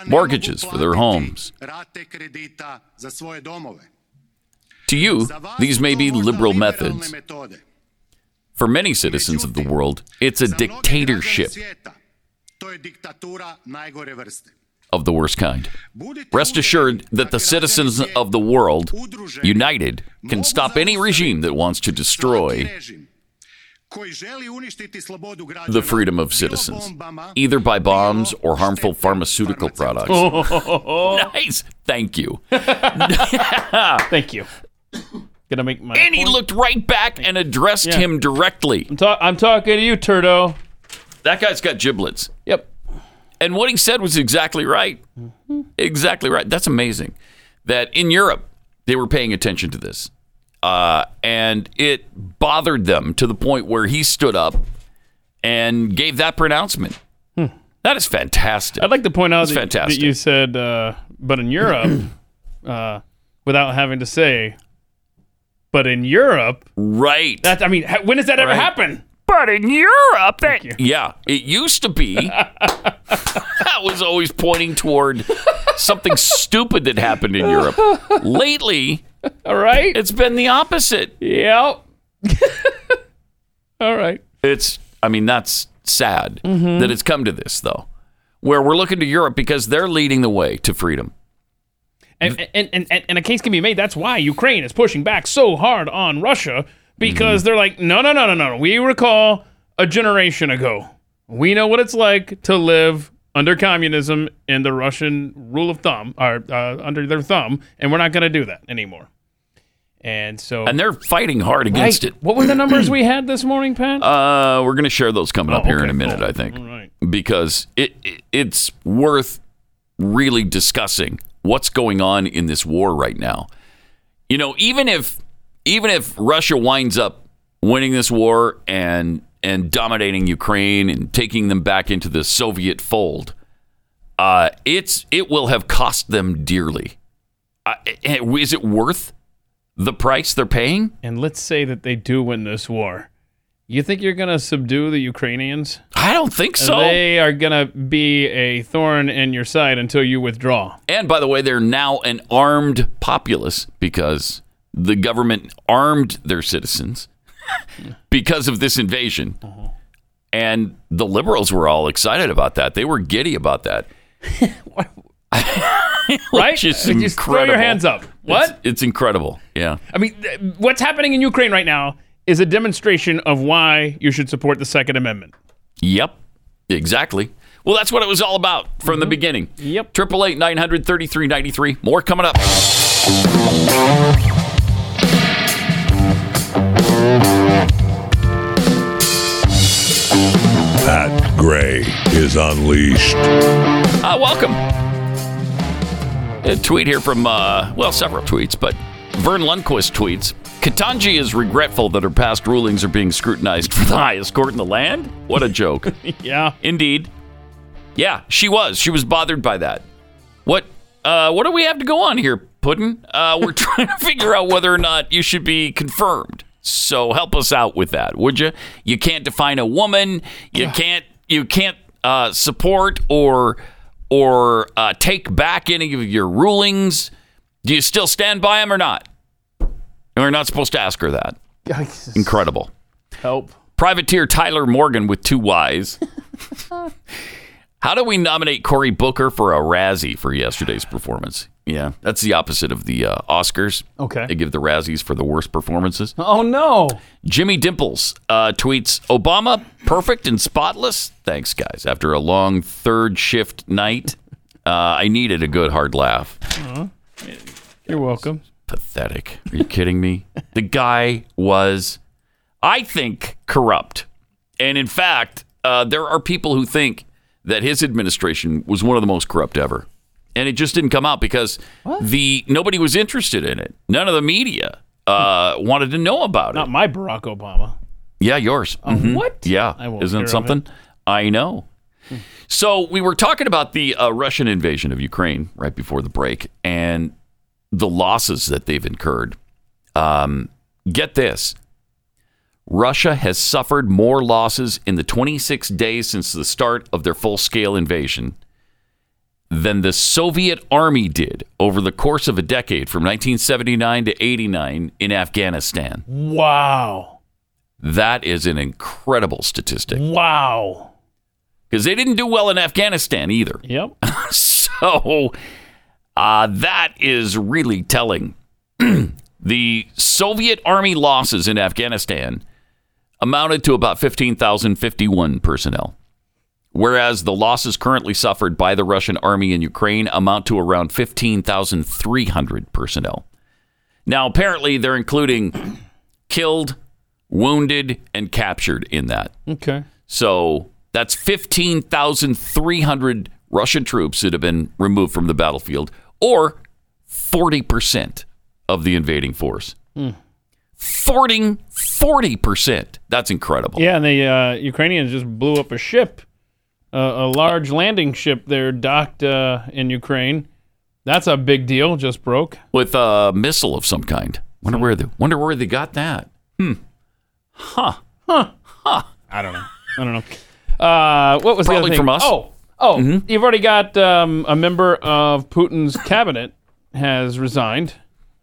B: mortgages for their homes. To you, these may be liberal methods. For many citizens of the world, it's a dictatorship of the worst kind. Rest assured that the citizens of the world, united, can stop any regime that wants to destroy the freedom of citizens, either by bombs or harmful pharmaceutical products.
C: Oh.
B: (laughs) nice. Thank you.
C: Thank you. Gonna make my.
B: And he looked right back and addressed him directly.
C: I'm, ta- I'm talking to you, Turdo.
B: That guy's got giblets.
C: Yep.
B: And what he said was exactly right. Exactly right. That's amazing. That in Europe, they were paying attention to this. Uh, and it bothered them to the point where he stood up and gave that pronouncement. That is fantastic.
C: Hmm. I'd like to point out
B: That's
C: that,
B: fantastic.
C: that you said, uh, but
B: (clears throat)
C: in Europe, uh, without having to say, but in Europe,
B: right?
C: That I mean, ha- when does that ever
B: Right.
C: happen?
B: But in Europe, that yeah, it used to be (laughs) that was always pointing toward something stupid that happened in Europe. Lately,
C: all right,
B: it's been the opposite.
C: Yep. all right.
B: It's, I mean, that's sad that it's come to this, though, where we're looking to Europe because they're leading the way to freedom.
C: And, and, and, and, and a case can be made. That's why Ukraine is pushing back so hard on Russia
B: Mm-hmm.
C: because they're like, no, no, no, no, no. We recall a generation ago. We know what it's like to live under communism and the Russian rule of thumb, or uh, under their thumb, and we're not going to do that anymore. And so.
B: And they're fighting hard against
C: Oh. Right.
B: it.
C: What were
B: (clears throat)
C: the numbers we had this morning, Pat?
B: Uh, we're going to share those coming up here in a minute, I think,
C: right.
B: because it, it it's worth really discussing what's going on in this war right now. You know, even if even if Russia winds up winning this war and and dominating Ukraine and taking them back into the Soviet fold, uh, it's it will have cost them dearly. Uh, is it worth the price they're paying?
C: And let's say that they do win this war. You think you're going to subdue the Ukrainians?
B: I don't think so.
C: They are going to be a thorn in your side until you withdraw.
B: And by the way, they're now an armed populace because the government armed their citizens (laughs) because of this invasion.
C: Uh-huh.
B: And the liberals were all excited about that. They were giddy about that.
C: (laughs) Right?
B: (laughs) Which is
C: Just throw your
B: incredible.
C: hands up. What?
B: It's, it's incredible. Yeah.
C: I mean, th- what's happening in Ukraine right now is a demonstration of why you should support the Second Amendment.
B: Yep. Exactly. Well, that's what it was all about from
C: Mm-hmm.
B: the beginning. Yep. Triple eight nine hundred thirty three ninety three. More coming up.
P: Pat Gray is unleashed.
B: Ah, Uh, welcome. A tweet here from, uh, well, several tweets, but Vern Lundquist tweets Katanji is regretful that her past rulings are being scrutinized for the highest court in the land. What a joke.
C: yeah.
B: Indeed. Yeah, she was. She was bothered by that. What uh, what do we have to go on here, Puddin? Uh, we're (laughs) trying to figure out whether or not you should be confirmed. So help us out with that, would you? You can't define a woman. You can't you can't uh, support or or uh, take back any of your rulings. Do you still stand by them or not? And we're not supposed to ask her that. Incredible.
C: Help.
B: Privateer Tyler Morgan with two Y's. (laughs) How do we nominate Cory Booker for a Razzie for yesterday's performance? Yeah, that's the opposite of the uh, Oscars.
C: Okay.
B: They give the Razzies for the worst performances.
C: Oh no.
B: Jimmy Dimples uh, tweets Obama perfect and spotless. Thanks, guys. After a long third shift night, uh, I needed a good hard laugh.
C: Aw. You're welcome.
B: Pathetic. Are you kidding me? The guy was, I think, corrupt. And in fact, uh, there are people who think that his administration was one of the most corrupt ever. And it just didn't come out because the nobody was interested in it. None of the media uh, wanted to know about it.
C: Not my Barack Obama.
B: Yeah, yours. Mhm.
C: what?
B: Yeah.
C: I won't
B: Isn't
C: hear
B: it
C: of
B: something? I know. So we were talking about the uh, Russian invasion of Ukraine right before the break and the losses that they've incurred. Um, get this. Russia has suffered more losses in the 26 days since the start of their full scale invasion than the Soviet army did over the course of a decade from 1979 to 89 in Afghanistan.
C: Wow.
B: That is an incredible statistic
C: Wow.
B: because they didn't do well in Afghanistan either.
C: Yep.
B: (laughs) so uh, that is really telling. (clears throat) the Soviet army losses in Afghanistan amounted to about 15,051 personnel, whereas the losses currently suffered by the Russian army in Ukraine amount to around 15,300 personnel. Now, apparently, they're including killed, wounded, and captured in that.
C: Okay.
B: So that's 15,300 Russian troops that have been removed from the battlefield, or 40% of the invading force.
C: Hmm.
B: 40, 40%. That's incredible.
C: Yeah, and the uh, Ukrainians just blew up a ship, uh, a large landing ship there docked uh, in Ukraine. That's a big deal. Just broke.
B: With a missile of some kind. Wonder where they, wonder where they got that. Hmm. Huh.
C: Huh.
B: Huh.
C: I don't know. I don't know. Uh, what was the
B: Probably
C: other thing?
B: from us. Mm-hmm.
C: Oh, oh, you've already got um, a member of Putin's cabinet has resigned.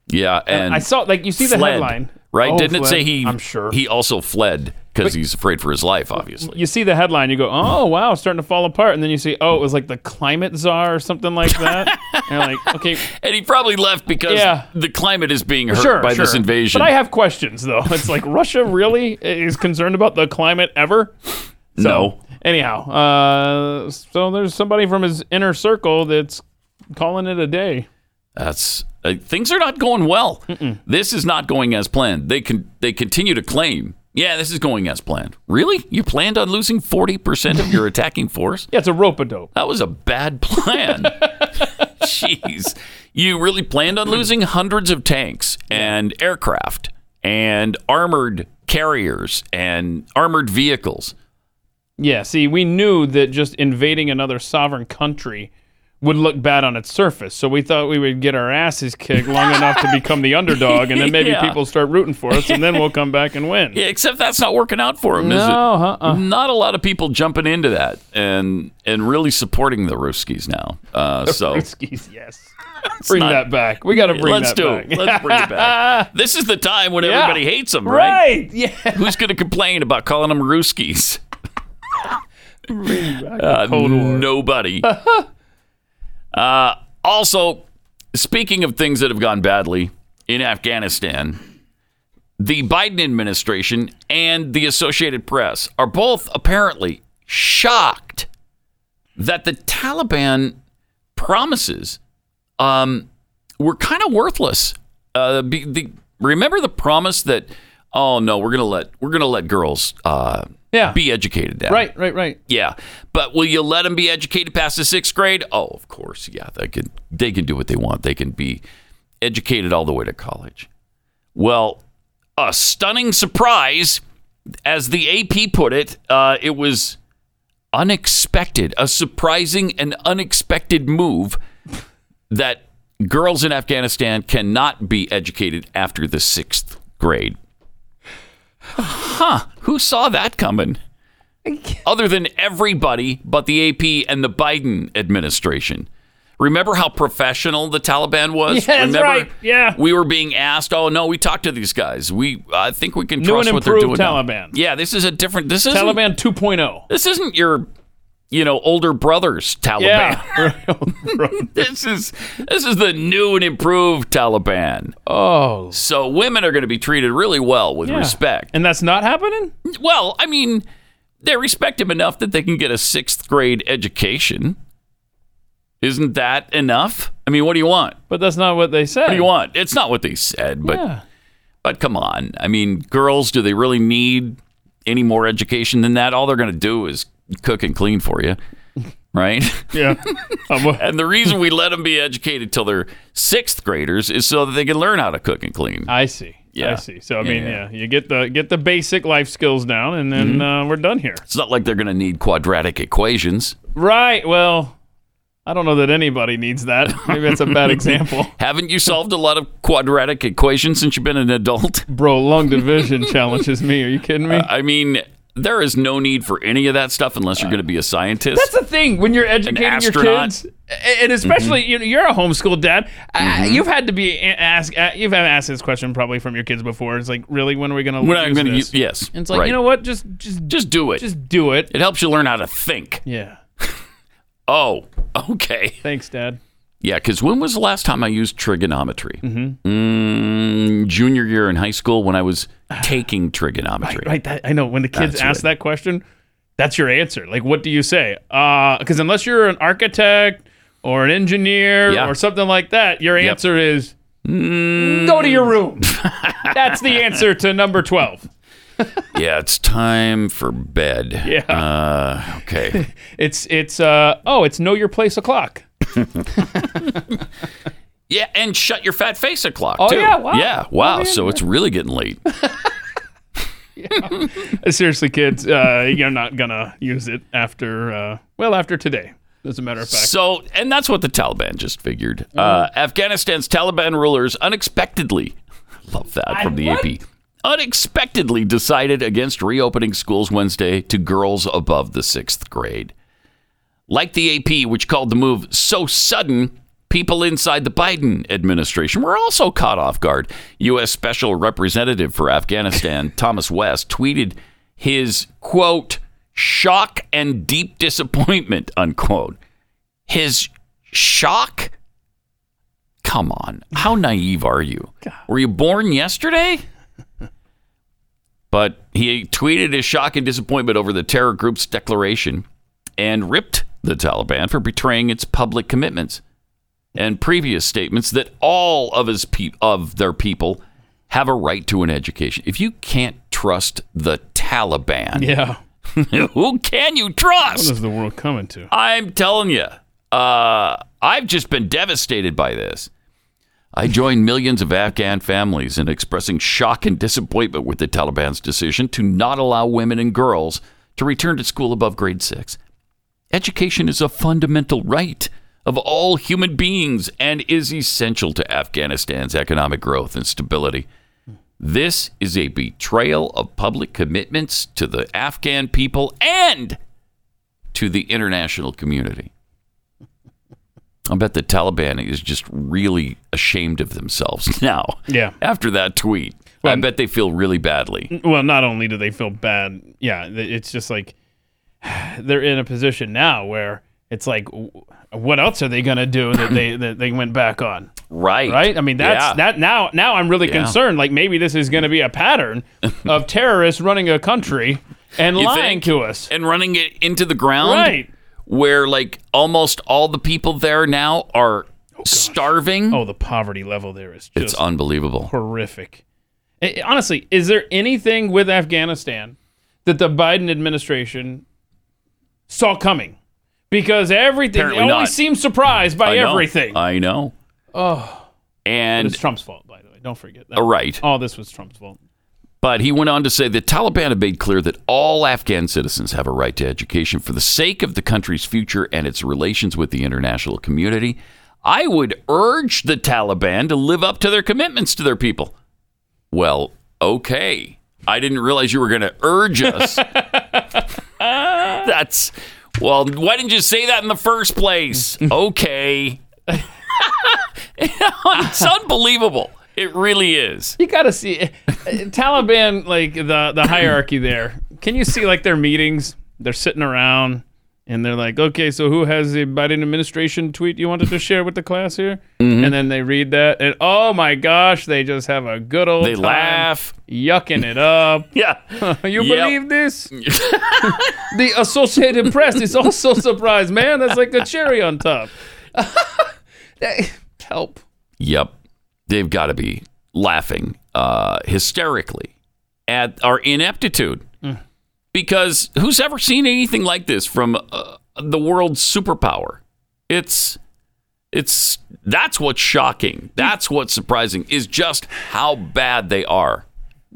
B: Yeah, and
C: I saw- like, you see the
B: fled,
C: headline.
B: right?
C: Oh,
B: Didn't it
C: fled.
B: say he?
C: I'm sure.
B: he also fled because he's afraid for his life, obviously.
C: You see the headline, you go, "Oh wow, it's starting to fall apart," and then you see, "Oh, it was like the climate czar or something like
B: (laughs)
C: that." and you're like, okay,
B: And he probably left because
C: Yeah.
B: the climate is being hurt
C: sure,
B: by
C: sure.
B: this invasion.
C: But I have questions though.
B: (laughs)
C: It's like Russia really is concerned about the climate ever?
B: No.
C: Anyhow, uh, so there's somebody from his inner circle that's calling it a day.
B: That's uh, things are not going well. This is not going as planned. They can they continue to claim, yeah, this is going as planned. Really? You planned on losing forty percent of
C: (laughs)
B: your attacking force?
C: Yeah, it's a rope a dope.
B: That was a bad plan.
C: (laughs)
B: Jeez, you really planned on losing hundreds of tanks and aircraft and armored carriers and armored vehicles.
C: Yeah, see, we knew that just invading another sovereign country would look bad on its surface, so we thought we would get our asses kicked long enough to become the underdog, and then
B: (laughs)
C: maybe
B: Yeah.
C: people start rooting for us, and then we'll come back and win.
B: Yeah, except that's not working out for him, is it?
C: No, uh-uh.
B: Not a lot of people jumping into that and and really supporting the Ruskies now.
C: (laughs)
B: Uh, (laughs) so (laughs)
C: Ruskies, yes. bring
B: not-
C: that back. We got to bring
B: Let's
C: that
B: do
C: back.
B: it. Let's bring it
C: (laughs)
B: back. This is the time when
C: Yeah.
B: everybody hates them, right?
C: Right. Yeah.
B: Who's going to complain about calling them
C: (laughs)
B: Ruskies? Uh,
C: (laughs)
B: nobody. uh, also, speaking of things that have gone badly in Afghanistan, the Biden administration and the Associated Press are both apparently shocked that the Taliban promises um, were kind of worthless. Uh, be, the, remember the promise that oh no, we're gonna let we're gonna let girls uh,
C: Yeah.
B: Be educated now.
C: Right, right, right.
B: Yeah. But will you let them be educated past the sixth grade? Oh, of course. Yeah. They can, they can do what they want. They can be educated all the way to college. Well, a stunning surprise, as the AP put it, uh, it was unexpected, a surprising and unexpected move that girls in Afghanistan cannot be educated after the sixth grade. Huh. Who saw that
C: (laughs)
B: coming? Other than everybody but the AP and the Biden administration. Remember how professional the Taliban was?
C: Yeah, that's
B: Remember
C: right. Yeah.
B: We were being asked, "Oh no, we talked to these guys. We I think we can
C: New
B: trust
C: and
B: what they're doing."
C: improved
B: now."
C: Taliban.
B: Yeah, this is a different this is
C: Taliban oh. 2.0.
B: This isn't your you know, older brothers Taliban. (laughs) this is this is the new and improved Taliban.
C: Oh.
B: So women are going to be treated really well with
C: Yeah.
B: respect.
C: And that's not happening?
B: Well, I mean, they respect him enough that they can get a sixth grade education. Isn't that enough? I mean, what do you want?
C: But that's not what they said.
B: What do you want? It's not what they said, but
C: Yeah.
B: but come on. I mean, girls, do they really need any more education than that? All they're going to do is cook and clean for you, (laughs) right? (laughs)
C: Yeah.
B: and the reason we let them be educated till they're sixth graders is so that they can learn how to cook and clean.
C: I see.
B: Yeah.
C: I see. So I
B: Yeah,
C: mean,
B: yeah. Mm-hmm.
C: yeah. you get the get the basic life skills down, and then uh, we're done here.
B: It's not like they're going to need quadratic equations.
C: Right. Well, I don't know that anybody needs
B: (laughs)
C: that. Maybe that's a bad example.
B: Haven't you solved a lot of quadratic equations since you've been an adult?
C: Bro, long
B: (laughs)
C: division challenges me. Are you kidding me?
B: Uh, I mean, there is no need for any of that stuff unless you're going to be a scientist.
C: That's the thing when you're educating your
B: astronaut.
C: kids, a- and especially
B: Mm-hmm.
C: you know, you're a homeschool dad. uh, you've had to be a- asked. Uh, you've had asked this question probably from your kids before. It's like, really, when are we going to?
B: When I'm
C: going
B: gonna
C: to
B: u- yes,
C: And it's like
B: right.
C: you know what? Just
B: (laughs)
C: just
B: just do it.
C: Just do it.
B: It helps you learn how to think.
C: Yeah.
B: Oh, okay.
C: Thanks, Dad.
B: Yeah, because when was the last time I used trigonometry?
C: Mhm.
B: Mm, junior year in high school when I was taking trigonometry.
C: Right. That, (laughs) I know. When the kids
B: That's
C: ask that question, that's your answer. Like, what do you say? Because unless you're an architect or an engineer
B: Yeah. Mm.
C: or something like that, your answer is go to your
B: (laughs)
C: room. that's the answer to number 12.
B: yeah, it's time for bed.
C: Yeah.
B: Uh,
C: (laughs)
B: okay.
C: It's, it's, uh, oh, it's know your place o'clock. (laughs)
B: yeah, and shut your fat face o'clock
C: Oh,
B: too.
C: yeah, wow.
B: Yeah, wow. so it's really getting late.
C: Seriously, kids, uh, you're not going to use it after, uh, well, after today, as a matter of fact.
B: So, and that's what the Taliban just figured. Uh, Afghanistan's Taliban rulers unexpectedly, (laughs) love that from the AP, unexpectedly decided against reopening schools Wednesday to girls above the sixth grade. Like the AP, which called the move so sudden, people inside the Biden administration were also caught off guard. U.S. Special Representative for Afghanistan, Thomas West, tweeted his quote, shock and deep disappointment, unquote his shock? Come on. How naive are you? Were you born yesterday? But he tweeted his shock and disappointment over the terror group's declaration and ripped the Taliban for betraying its public commitments and previous statements that all of his pe- of their people have a right to an education. If you can't trust the Taliban, (laughs)
C: Yeah.
B: who can you trust?
C: What is the world coming to?
B: I'm telling you, uh, I've just been devastated by this. I join millions of Afghan families in expressing shock and disappointment with the Taliban's decision to not allow women and girls to return to school above grade six. Education is a fundamental right of all human beings and is essential to Afghanistan's economic growth and stability. This is a betrayal of public commitments to the Afghan people and to the international community. I bet the Taliban is just really ashamed of themselves (laughs) now.
C: Yeah.
B: After that tweet, I bet they feel really badly.
C: well, not only do they feel bad, yeah, th- it's just like (sighs) they're in a position now where it's like, w- what else are they gonna do that
B: (clears throat)
C: they that they went back on?
B: Right.
C: Right. I mean, that's
B: Yeah.
C: that now. Now I'm really
B: Yeah.
C: concerned. Like maybe this is gonna be a pattern
B: (laughs)
C: of terrorists running a country and
B: You
C: lying
B: think?
C: to us.
B: And running it into the ground.
C: Right.
B: Where like almost all the people there now are starving.
C: Oh, the poverty level there is
B: It's
C: just
B: unbelievable.
C: horrific. I- honestly, is there anything with Afghanistan that the Biden administration saw coming because everything
B: Apparently
C: they
B: not.
C: always seems surprised by
B: I know.
C: everything.
B: I know.
C: Oh,
B: And
C: it's Trump's fault, by the way. Don't forget that.
B: Uh, right.
C: All this was Trump's fault.
B: But he went on to say the Taliban have made clear that all Afghan citizens have a right to education for the sake of the country's future and its relations with the international community. I would urge the Taliban to live up to their commitments to their people. Well, okay. I didn't realize you were going to urge
C: (laughs)
B: us. That's, well, why didn't you say that in the first place?
C: (laughs)
B: Okay. (laughs) it's unbelievable. It really is.
C: You gotta see uh, Taliban like the the hierarchy there. Can you see like their meetings? They're sitting around and they're like, okay, so who has the Biden administration tweet you wanted to share with the class here?
B: Mhm.
C: And then they read that, and oh my gosh, they just have a good old
B: They
C: time
B: laugh.
C: yucking it up.
B: (laughs) yeah,
C: (laughs) you
B: Yep.
C: believe this?
B: (laughs)
C: the Associated Press is also (laughs) surprised, man. That's like a cherry
B: (laughs)
C: on top. (laughs) Help.
B: Yep. They've got to be laughing uh, hysterically at our ineptitude.
C: Mm.
B: Because who's ever seen anything like this from uh, the world's superpower? It's it's that's what's shocking. That's what's surprising is just how bad they are.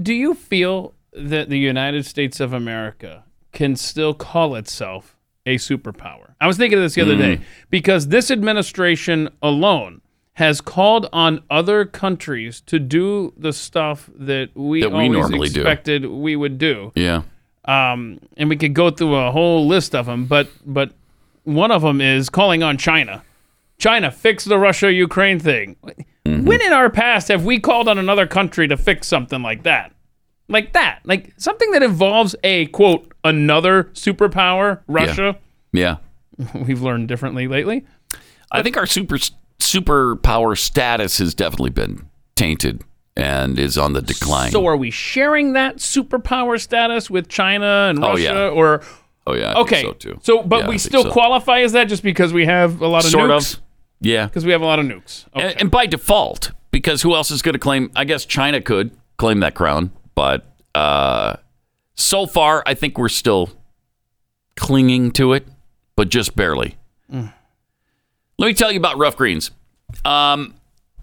C: Do you feel that the United States of America can still call itself a superpower? I was thinking of this the other
B: Mm.
C: day because this administration alone has called on other countries to do the stuff that we,
B: That we
C: always
B: normally do.
C: expected we would do.
B: Yeah.
C: Um, and we could go through a whole list of them, but but one of them is calling on China. China, fix the Russia Ukraine thing.
B: Mm-hmm.
C: When in our past have we called on another country to fix something like that? Like that. Like something that involves a quote another superpower, Russia. (laughs)
B: Yeah.
C: We've learned differently lately.
B: I think our super superpower status has definitely been tainted and is on the decline.
C: So are we sharing that superpower status with China and
B: Oh,
C: Russia
B: yeah.
C: or
B: oh yeah. I think
C: Okay.
B: so too.
C: but
B: Yeah, I
C: we
B: think
C: still
B: so.
C: qualify as that just because we have a lot of
B: Sort of.
C: nukes?
B: Yeah.
C: Because we have a lot of nukes.
B: And, and by default, because who else is going to claim? I guess China could claim that crown, but uh, so far, I think we're still clinging to it, but just barely.
C: Mm.
B: Let me tell you about Rough Greens. Um,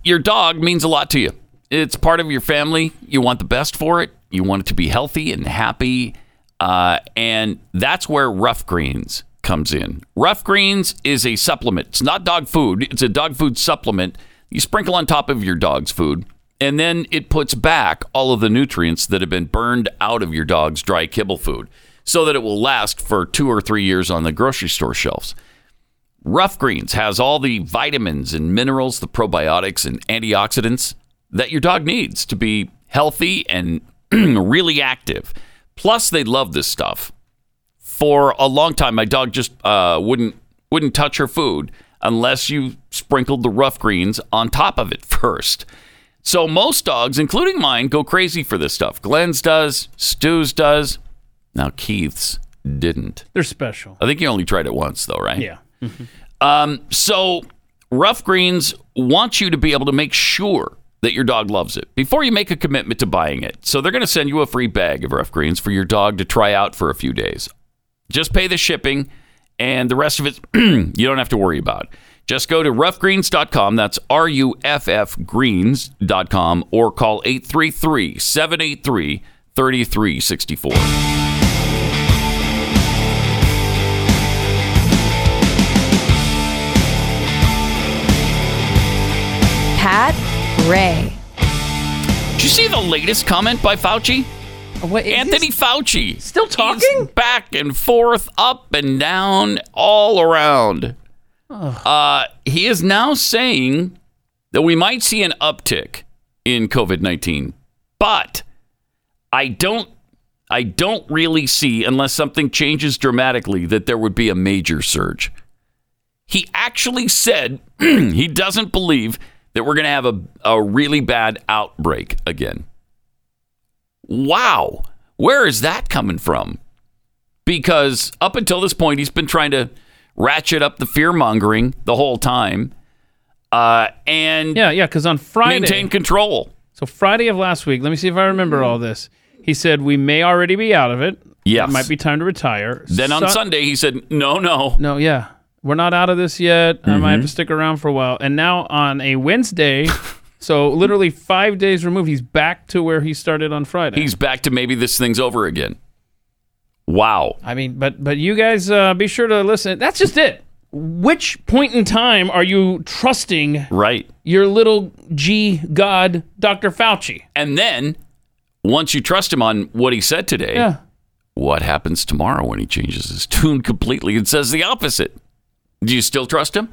B: your dog means a lot to you. It's part of your family. You want the best for it. You want it to be healthy and happy. Uh, and that's where Rough Greens comes in. Rough Greens is a supplement. It's not dog food, it's a dog food supplement you sprinkle on top of your dog's food. And then it puts back all of the nutrients that have been burned out of your dog's dry kibble food so that it will last for two or three years on the grocery store shelves. Rough Greens has all the vitamins and minerals, the probiotics and antioxidants that your dog needs to be healthy and (clears throat) really active. Plus, they love this stuff. For a long time, my dog just uh, wouldn't wouldn't touch her food unless you sprinkled the Rough Greens on top of it (laughs) first. So most dogs, including mine, go crazy for this stuff. Glenn's does, Stu's does. Now Keith's didn't.
C: They're special.
B: I think you only tried it once, though, right?
C: Yeah.
B: Um, so, Rough Greens wants you to be able to make sure that your dog loves it before you make a commitment to buying it. So, they're going to send you a free bag of Rough Greens for your dog to try out for a few days. Just pay the shipping, and the rest of it (clears throat) you don't have to worry about. Just go to roughgreens.com. That's R U F F greens.com or call 833 783 3364.
O: Pat Gray.
B: Did you see the latest comment by Fauci? Anthony Fauci. Still talking? back and forth, up and down, all around. Uh, he is now saying that we might see an uptick in COVID 19, but I don't. I don't really see, unless something changes dramatically, that there would be a major surge he actually said (clears throat) he doesn't believe that we're going to have a, a really bad outbreak again. Wow. Where is that coming from? Because up until this point, he's been trying to ratchet up the fear mongering the whole time. Uh, and
C: yeah, yeah, because on Friday
B: maintain control.
C: So Friday of last week, let me see if I remember all this. He said, We may already be out of it.
B: Yes.
C: It might be time to retire.
B: Then on
C: Sun-
B: Sunday, he said, no, no.
C: No, yeah. We're not out of this yet. I might have to
B: Mhm.
C: stick around for a while. And now on
B: (laughs)
C: a Wednesday, so literally five days removed, he's back to where he started on Friday.
B: He's back to maybe this thing's over again. Wow.
C: I mean, but but you guys uh, be sure to listen. That's just it. Which point in time are you trusting
B: Right.
C: your little G God, Dr. Fauci?
B: And then once you trust him on what he said today,
C: Yeah.
B: what happens tomorrow when he changes his (laughs) tune completely and says the opposite? Do you still trust him?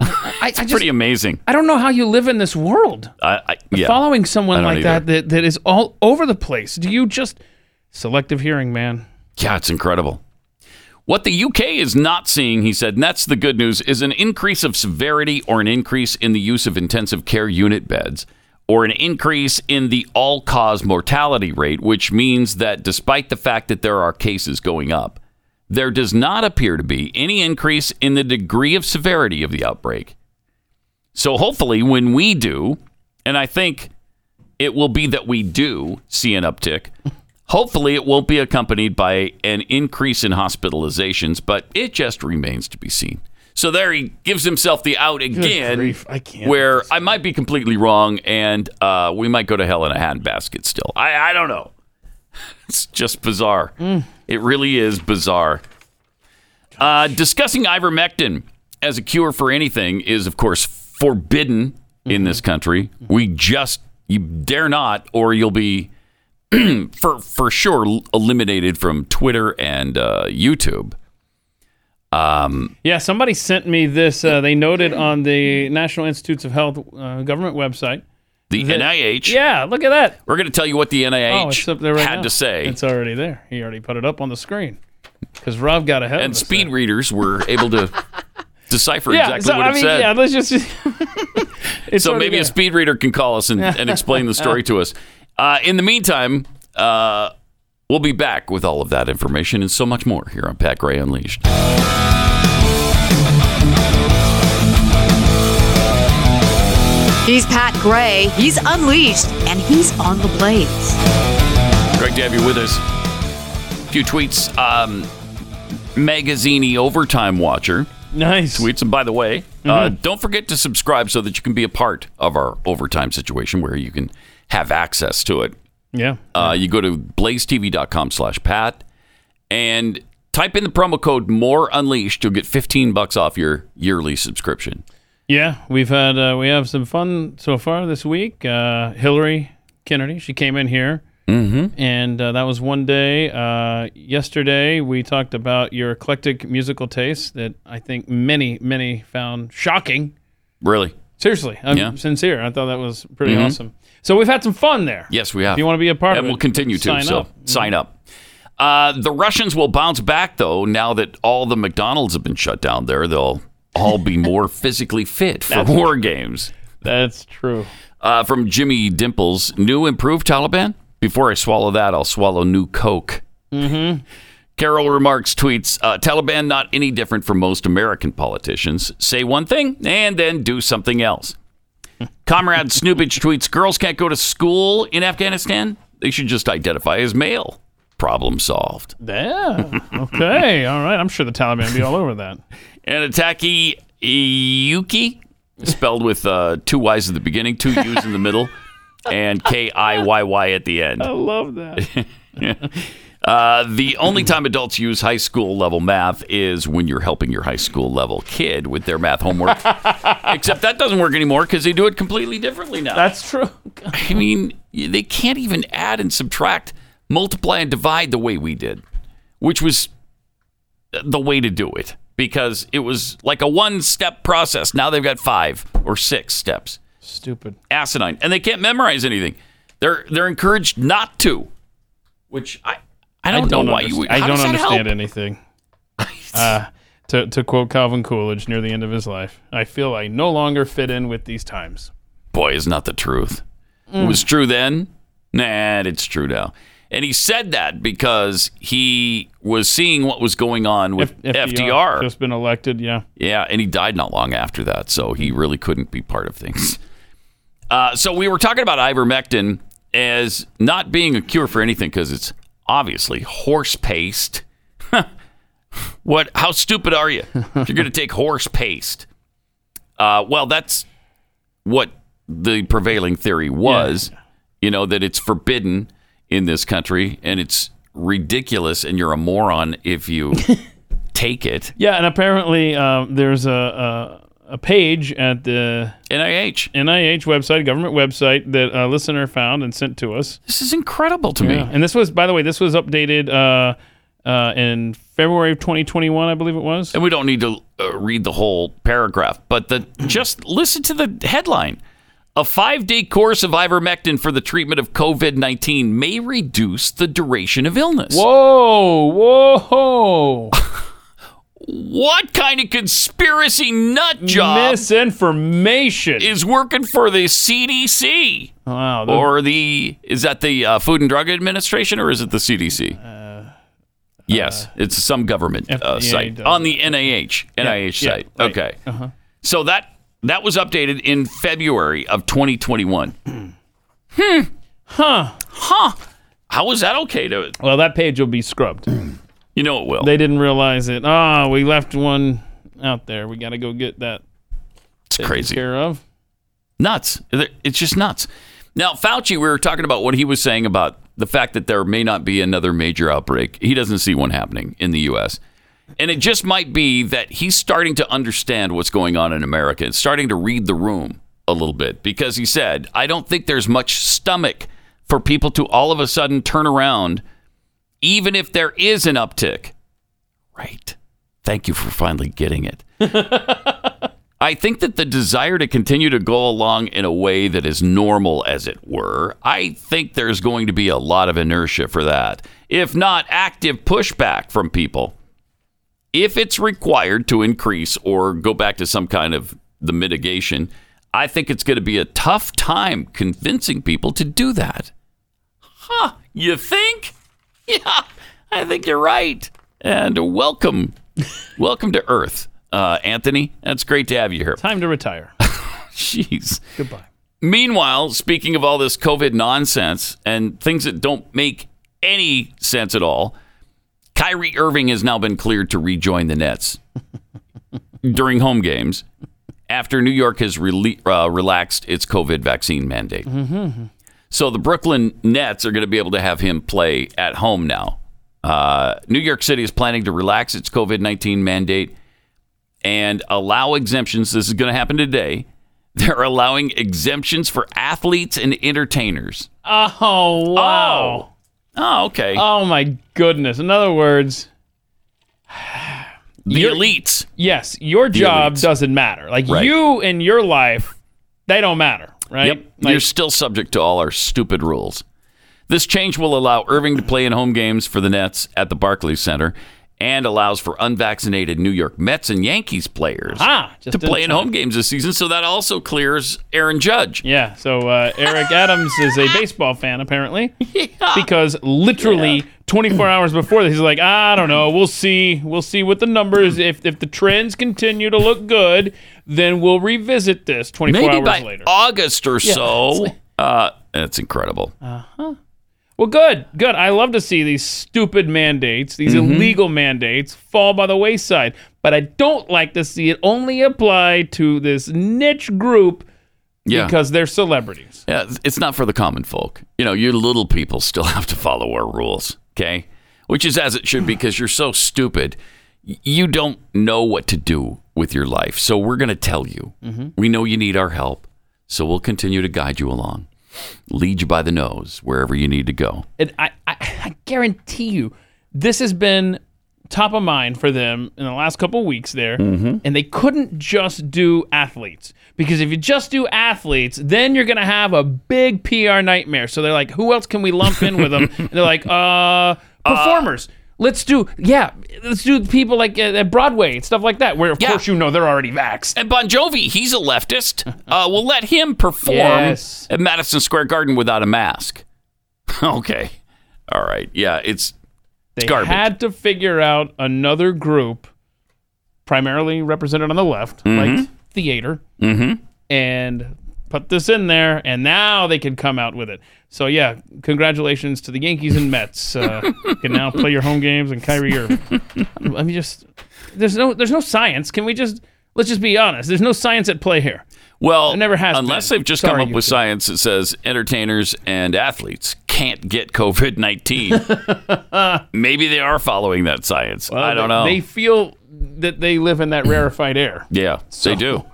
C: I,
B: It's pretty amazing.
C: I don't know how you live in this world.
B: I, I, yeah.
C: Following
B: I
C: someone
B: don't
C: like
B: either.
C: that, that that is all over the place. Do you just selective hearing, man?
B: Yeah, it's incredible. What the UK is not seeing, he said, and that's the good news, is an increase of severity or an increase in the use of intensive care unit beds or an increase in the all cause mortality rate, which means that despite the fact that there are cases going up, there does not appear to be any increase in the degree of severity of the outbreak. So hopefully, when we do, and I think it will be that we do see an uptick. Hopefully, it won't be accompanied by an increase in hospitalizations, but it just remains to be seen. So there he gives himself the out again,
C: grief, I can't
B: where I might be completely wrong, and uh, we might go to hell in a handbasket still. I, I don't know. (laughs) It's just bizarre.
C: Mm.
B: It really is bizarre. Uh, discussing ivermectin as a cure for anything is, of course, forbidden
C: Mm-hmm.
B: in this country. We just you dare not, or you'll be (clears throat) for for sure eliminated from Twitter and uh, YouTube. Um,
C: Yeah, somebody sent me this. Uh, they noted on the National Institutes of Health uh, government website.
B: the NIH.
C: Yeah, look at that.
B: We're going to tell you what the
C: oh, it's
B: NIH
C: up there right
B: had
C: now.
B: to say.
C: It's already there. He already put it up on the screen because Rob got ahead. of
B: and
C: us.
B: speed readers were able
C: (laughs)
B: to decipher
C: yeah,
B: exactly
C: so,
B: what it
C: I mean,
B: said.
C: yeah, let's just. (laughs)
B: so
C: already
B: maybe a
C: there.
B: speed reader can call
C: (laughs)
B: us and, and explain the story to us. Uh, in the meantime, uh, we'll be back with all of that information and so much more here on Pat Gray Unleashed.
O: He's Pat Gray. He's unleashed and he's on the blades.
B: Great to have you with us. A few tweets. Um, Magazzini Overtime Watcher.
C: Nice. Mm-hmm.
B: Tweets. And by the way, uh, don't forget to subscribe so that you can be a part of our overtime situation where you can have access to it.
C: yeah.
B: Uh, you go to blazetv.com slash pat and type in the promo code more unleashed. You'll get 15 bucks off your yearly subscription.
C: Yeah, we've had uh, we have some fun so far this week. Uh, Hillary Kennedy, she came in here,
B: Mhm.
C: and uh, that was one day. Uh, yesterday, we talked about your eclectic musical taste that I think many many found shocking.
B: Really?
C: Seriously, I'm
B: Yeah.
C: sincere. I thought that was pretty
B: Mhm.
C: awesome. So we've had some fun there.
B: Yes, we have.
C: If you want to be a part
B: and
C: of it,
B: we'll continue to.
C: sign
B: so
C: up. Mm-hmm.
B: sign up. Uh, the Russians will bounce back though. Now that all the McDonald's have been shut down, there they'll all
C: (laughs)
B: be more physically fit for
C: That's-
B: war games.
C: That's true.
B: Uh, from Jimmy Dimples, new improved Taliban. Before I swallow that, I'll swallow new Coke.
C: Mm-hmm.
B: Carol remarks tweets uh, Taliban not any different from most American politicians. Say one thing and then do something else. Comrade Snoopage tweets Girls can't go to school in Afghanistan. They should just identify as male. Problem solved.
C: Yeah.
B: (laughs)
C: okay. All right. I'm sure the Taliban will be all over that.
B: And Ataki Yuki, spelled with uh, two Y's at the beginning, two U's in the middle, and K I Y Y at the
C: (laughs)
B: end.
C: I love that.
B: (laughs) Uh, the only time adults use high school level math is when you're helping your high school level kid with their math
C: (laughs)
B: homework. Except that doesn't work anymore because they do it completely differently now.
C: That's true.
B: (laughs) I mean, they can't even add and subtract, multiply and divide the way we did, which was the way to do it because it was like a one step process. Now they've got five or six steps
C: Stupid.
B: asinine, and they can't memorize anything. They're they're encouraged not to, which I I don't, know why you.
C: underst-
B: would-
C: I
B: how
C: don't
B: does that
C: understand
B: help?
C: anything. (laughs) uh, to to quote Calvin Coolidge near the end of his life, I feel I no longer fit in with these times.
B: Boy, is not the truth. It
C: Mm.
B: was true then. Nah, it's true now. And he said that because he was seeing what was going on with FDR.
C: uh, just been elected. Yeah,
B: Yeah, and he died not long after (laughs) that, so he really couldn't be part of things. Uh, so we were talking about ivermectin as not being a cure for anything because it's obviously horse paste. (laughs) what? How stupid are you? If you're going to take horse paste. Uh, well, that's what the prevailing theory was. You know that it's forbidden in this country, and it's ridiculous, and you're a moron if you take it.
C: (laughs) Yeah, and apparently um, there's a, a a page at the
B: NIH
C: NIH website, government website that a listener found and sent to us.
B: This is incredible to me.
C: And this was, by the way, this was updated uh, uh, in February of 2021, I believe it was.
B: And we don't need to uh, read the whole paragraph, but
C: (clears throat)
B: the just listen to the headline. A five day course of ivermectin for the treatment of COVID 19 may reduce the duration of illness.
C: Whoa, (laughs) whoa.
B: what kind of conspiracy nut job
C: misinformation
B: is working for the CDC?
C: Wow. the-
B: Or the, is that the uh, Food and Drug Administration or is it the CDC?
C: Uh,
B: yes, it's some government uh,
C: FDA
B: site
C: does
B: on the NIH,
C: Yeah,
B: NIH
C: yeah,
B: site.
C: right.
B: Okay.
C: Uh-huh.
B: So that that was updated in February of 2021.
C: Hmm. Huh.
B: Huh. How was that okay to
C: Well, that page will be scrubbed.
B: You know it will.
C: They didn't realize it. Ah, we left one out there. We got to go get that.
B: It's crazy.
C: Care of.
B: nuts. It's just nuts. Now, Fauci, we were talking about what he was saying about the fact that there may not be another major outbreak. He doesn't see one happening in the U.S. And it just might be that he's starting to understand what's going on in America and starting to read the room a little bit because he said, I don't think there's much stomach for people to all of a sudden turn around, even if there is an uptick. Right. Thank you for finally getting it. I think that the desire to continue to go along in a way that is normal, as it were, I think there's going to be a lot of inertia for that, if not active pushback from people. If it's required to increase or go back to some kind of the mitigation, I think it's going to be a tough time convincing people to do that. Huh, (laughs) you think? (laughs) Yeah, I think you're right. And welcome, welcome to Earth, uh, Anthony. That's great to have you here.
C: Time
B: (laughs)
C: to retire.
B: Jeez.
C: Goodbye.
B: Meanwhile, speaking of all this COVID nonsense and things that don't make any sense at all, Kyrie Irving has now been cleared to rejoin the Nets during home games after New York has rele- uh, relaxed its COVID vaccine mandate.
C: Mm-hmm.
B: So the Brooklyn Nets are going to be able to have him play at home now. Uh, New York City is planning to relax its COVID 19 mandate and allow exemptions. This is going to happen today. (laughs) They're allowing exemptions for athletes and entertainers.
C: Oh wow.
B: Oh, okay.
C: Oh my goodness. In other words,
B: The elites.
C: yes, your
B: The
C: job
B: elites.
C: doesn't matter. Like
B: Right.
C: you and your life, they don't matter, right?
B: Yep. You're still subject to all our stupid rules. This change will allow Irving to play in home games for the Nets at the Barclays Center and allows for unvaccinated New York Mets and Yankees players
C: Ah,
B: to
C: just
B: play in
C: in time.
B: home games this season. So that also clears Aaron Judge.
C: Yeah. So uh, Eric Adams is a baseball
B: (laughs)
C: fan apparently, because literally 24 hours before this, he's like, I don't know. We'll see. We'll see what the numbers. If if the trends continue to look good, then we'll revisit this 24
B: Maybe
C: hours
B: by
C: later.
B: August or
C: Yeah.
B: so. Uh, that's incredible.
C: Uh, Well, good, good. I love to see these stupid mandates, these
B: Mhm.
C: illegal mandates, fall by the wayside. But I don't like to see it only apply to this niche group
B: Yeah.
C: because they're celebrities.
B: Yeah, it's- it's not for the common folk. You know, you little people still (laughs) have to follow our rules, okay? Which is as it should be because you're so stupid. Y- You don't know what to do with your life. So we're going to tell you.
P: Mhm.
B: We know you need our help. So we'll continue to guide you along, lead you by the nose wherever you need to go.
C: And I, I, I guarantee you, this has been top of mind for them in the last couple of weeks there.
B: Mhm.
C: And they couldn't just do athletes. Because if you just do athletes, then you're going to have a big PR nightmare. So they're like, who else can we lump in
B: (laughs)
C: with them? And they're like, uh, performers. let's do, yeah, let's do people like uh, at at Broadway and stuff like that, where of course you know they're already vaxxed.
B: And Bon Jovi, he's a leftist. Uh, we'll let him perform
C: Yes.
B: at Madison Square Garden without a mask. (laughs) okay. All right. Yeah, it's, it's
C: They
B: garbage.
C: had to figure out another group, primarily represented on the left,
B: Mhm.
C: like theater.
B: mm-hmm.
C: and put this in there, and now they can come out with it. So yeah, congratulations to the Yankees and Mets. Uh, you can now play your home games and Kyrie Irving. I mean, just there's no there's no science. Can we just let's just be honest? There's no science at play here.
B: Well,
C: There never has
B: unless
C: been.
B: they've just
C: Sorry,
B: come up
C: you
B: with science that says entertainers and athletes can't get COVID
C: (laughs)
B: 19. Maybe they are following that science. I don't know.
C: They feel that they live in that rarefied air.
B: Yeah, they do.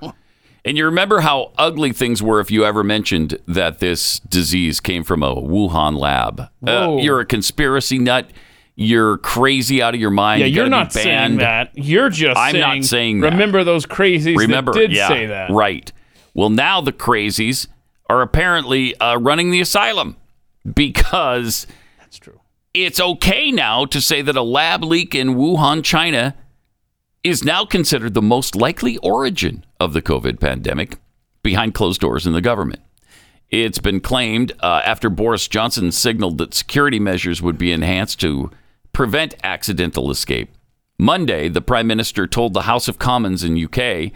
B: And you remember how ugly things were if you ever mentioned that this disease came from a Wuhan lab. Uh,
C: Whoa.
B: you're a conspiracy nut. You're crazy out of your mind.
C: yeah,
B: You
C: you're
B: gotta be
C: not saying
B: banned.
C: that. You're just
B: I'm
C: saying,
B: not saying that.
C: Remember those crazies
B: Remember,
C: that did
B: yeah,
C: say that.
B: Right. Well, now the crazies are apparently uh, running the asylum because that's
C: true.
B: It's okay now to say that a lab leak in Wuhan, China, is now considered the most likely origin of the COVID pandemic behind closed doors in the government. It's been claimed uh, after Boris Johnson signaled that security measures would be enhanced to prevent accidental escape. Monday, the prime minister told the House of Commons in UK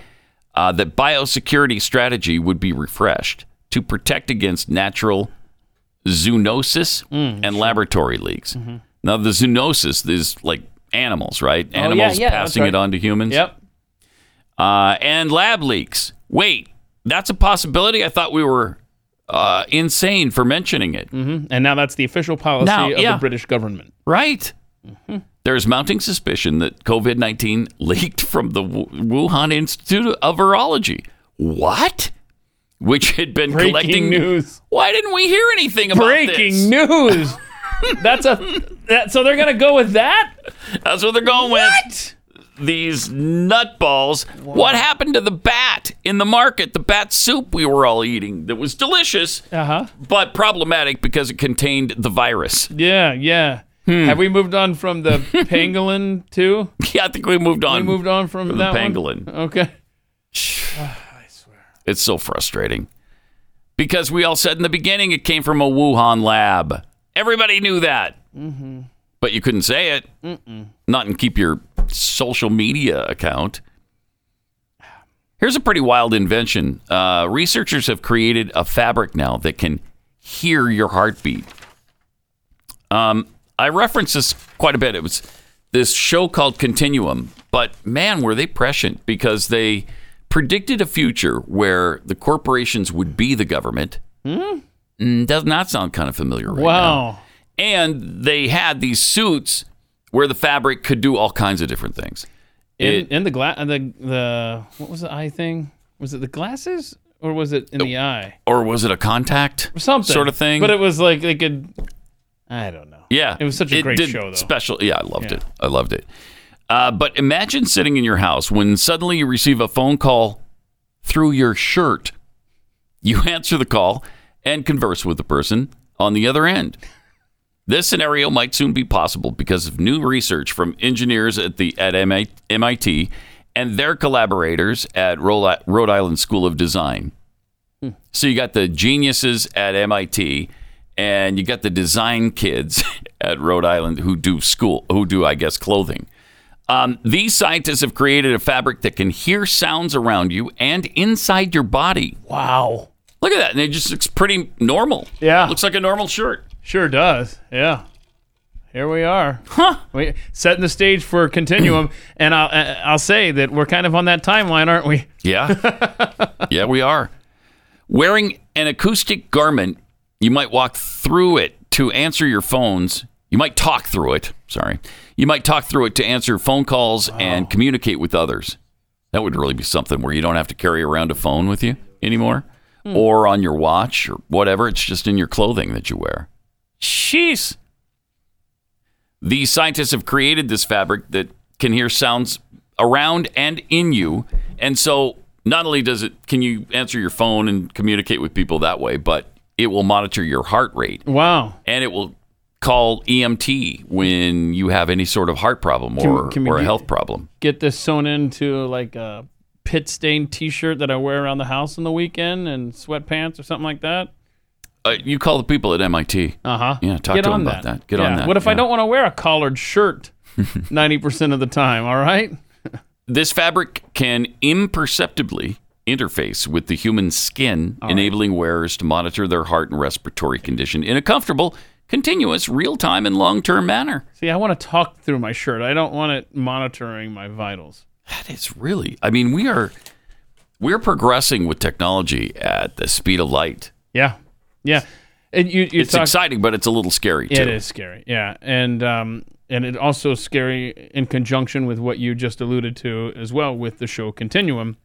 B: uh, that biosecurity strategy would be refreshed to protect against natural zoonosis
C: Mm,
B: and laboratory leaks.
C: Mm-hmm.
B: Now, the zoonosis is like animals, right?
C: Oh, yeah,
B: Animals
C: yeah, that's
B: passing
C: right.
B: it on to humans.
C: Yep.
B: Uh, and lab leaks. Wait, that's a possibility. I thought we were uh, insane for mentioning it.
C: hmm And now that's the official policy
B: Now,
C: of
B: yeah.
C: the British government.
B: Right. There's mounting suspicion that COVID 19 leaked from the Wu- Wuhan Institute of Virology. What? Which had been
C: Breaking
B: collecting
C: news.
B: Why didn't we hear anything about (laughs)
C: Breaking news. That's a that, so they're gonna go with that.
B: That's what they're going with. These nutballs. What happened to the bat in the market? The bat soup we were all eating that was delicious,
C: Uh-huh.
B: but problematic because it contained the virus.
C: Yeah, yeah.
B: Hmm.
C: Have we moved on
B: (laughs)
C: from the pangolin too?
B: Yeah, I think we moved on.
C: We moved on from,
B: from the
C: that one?
B: pangolin.
C: Okay.
B: It's so frustrating because we all said in the beginning it came from a Wuhan lab. Everybody knew that,
C: Mm-hmm.
B: but you couldn't say it.
C: Mm-mm.
B: Not and keep your social media account. Here's a pretty wild invention. Uh, researchers have created a fabric now that can hear your heartbeat. Um, I referenced this quite a bit. It was this show called Continuum, but man, were they prescient because they predicted a future where the corporations would be the government.
C: Hmm?
B: Mm, does not sound kind of familiar, right?
C: Wow.
B: And they had these suits where the fabric could do all kinds of different things.
C: In,
B: It-
C: in the glass, the the what was the eye thing? Was it the glasses or was it in the eye?
B: or was it a contact
C: Something
B: sort of thing?
C: But it was like they could. I don't know.
B: Yeah,
C: It was such a great
B: did
C: show, though.
B: Special, yeah, I loved it. I loved it. Uh, but imagine sitting in your house when suddenly you receive a phone call through your shirt. You (laughs) answer the call and converse with the person on the other end. This scenario might soon be possible because of new research from engineers at the at MI- MIT and their collaborators at Rhode Rhode Island School of Design. So you got the geniuses at MIT, and you got the design kids (laughs) at Rhode Island who do school, who do I guess clothing. Um, these scientists have created a fabric that can hear sounds around you and inside your body.
C: Wow.
B: Look at that, and it just looks pretty normal.
C: Yeah.
B: Looks like a normal shirt.
C: Sure does. Yeah. Here we are.
B: Huh.
C: We setting the stage
B: (clears throat)
C: for Continuum, and I'll I- I'll say that we're kind of on that timeline, aren't we?
B: Yeah. yeah, we are. Wearing an acoustic garment, you might walk through it to answer your phones. You might talk through it. Sorry. You might talk through it to answer phone calls and communicate with others. That would really be something where you don't have to carry around a phone with you anymore
C: Hmm.
B: or on your watch or whatever. It's just in your clothing that you wear. Jeez. These scientists have created this fabric that can hear sounds around and in you. And so not only does it can you answer your phone and communicate with people that way, but it will monitor your heart rate
C: Wow.
B: and it will call EMT when you have any sort of heart problem
C: Can-
B: or,
C: can we
B: or a
C: do-
B: health problem.
C: Get this sewn into like a pit stained T-shirt that I wear around the house on the weekend and sweatpants or something like that.
B: Uh, you call the people at MIT.
C: Uh huh.
B: Yeah, talk
C: Get
B: to
C: on
B: them about that. Get
C: yeah.
B: on that.
C: What if I don't want to wear a
B: (laughs)
C: collared shirt? Ninety percent of the time. All right.
B: This fabric can imperceptibly interface with the human skin, enabling wearers to monitor their heart and respiratory condition in a comfortable, continuous, real time, and long term manner.
C: See, I want to talk through my shirt. I don't want it monitoring my vitals.
B: That is really. I mean, we are we're progressing with technology at the speed of light.
C: Yeah. Yeah. And you, you
B: It's exciting, but it's a little scary too.
C: It is scary. Yeah, and um, and it also scary in conjunction with what you just alluded to as well with the show Continuum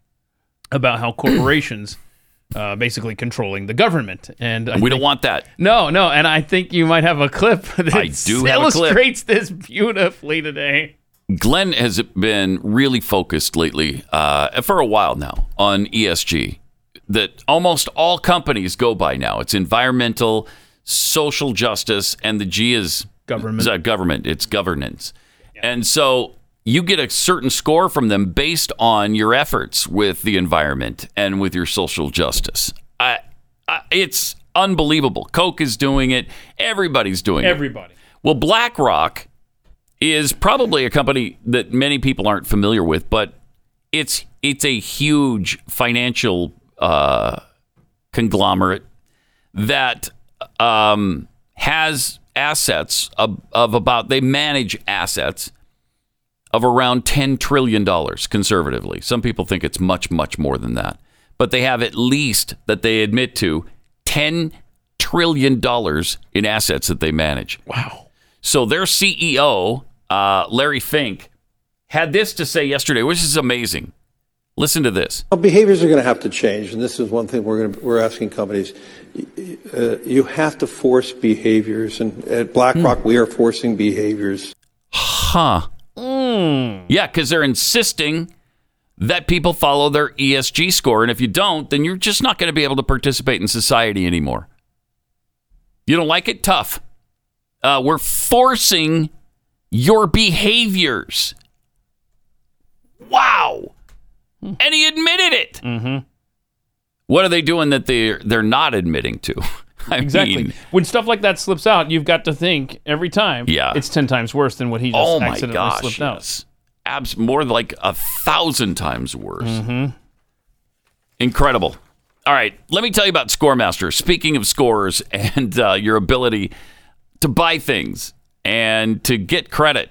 C: about how corporations uh, basically controlling the government, and I
B: We don't
C: think-
B: want that.
C: No, no, and I think you might have a clip that
B: I do have a clip.
C: illustrates this beautifully today.
B: Glenn has been really focused lately, uh, for a while now, on ESG. That almost all companies go by now. It's environmental, social justice, and the G is government. government. It's governance, and so you get a certain score from them based on your efforts with the environment and with your social justice. I, I, it's unbelievable. Coke is doing it. Everybody's doing it.
C: Everybody.
B: Well, BlackRock is probably a company that many people aren't familiar with, but it's it's a huge financial uh, conglomerate that um, has assets of, of about they manage assets of around ten trillion dollars conservatively. Some people think it's much much more than that, but they have at least that they admit to ten trillion dollars in assets that they manage. Wow. So their CEO, uh, Larry Fink, had this to say yesterday, which is amazing. Listen to this.
P: Well, behaviors are going to have to change, and this is one thing we're going to, we're asking companies. Uh, you have to force behaviors, and at BlackRock,
B: Hmm.
P: we are forcing behaviors.
B: Huh.
C: Mm.
B: Yeah, because they're insisting that people follow their ESG score. And if you don't, then you're just not going to be able to participate in society anymore. You don't like it? Tough. Uh, we're forcing your behaviors. Wow.
C: Hmm.
B: And he admitted it.
C: Mm-hmm.
B: What are they doing that they're, they're not admitting to? (laughs) I
C: Exactly.
B: mean,
C: when stuff like that slips out, you've got to think every time.
B: Yeah.
C: It's ten times worse than what he just
B: oh my
C: accidentally
B: gosh.
C: slipped out.
B: yes. Abs- more like a thousand times worse.
C: Mm-hmm.
B: Incredible. All right, let me tell you about Scoremaster. Speaking of scores (laughs) and uh, your ability to buy things and to get credit,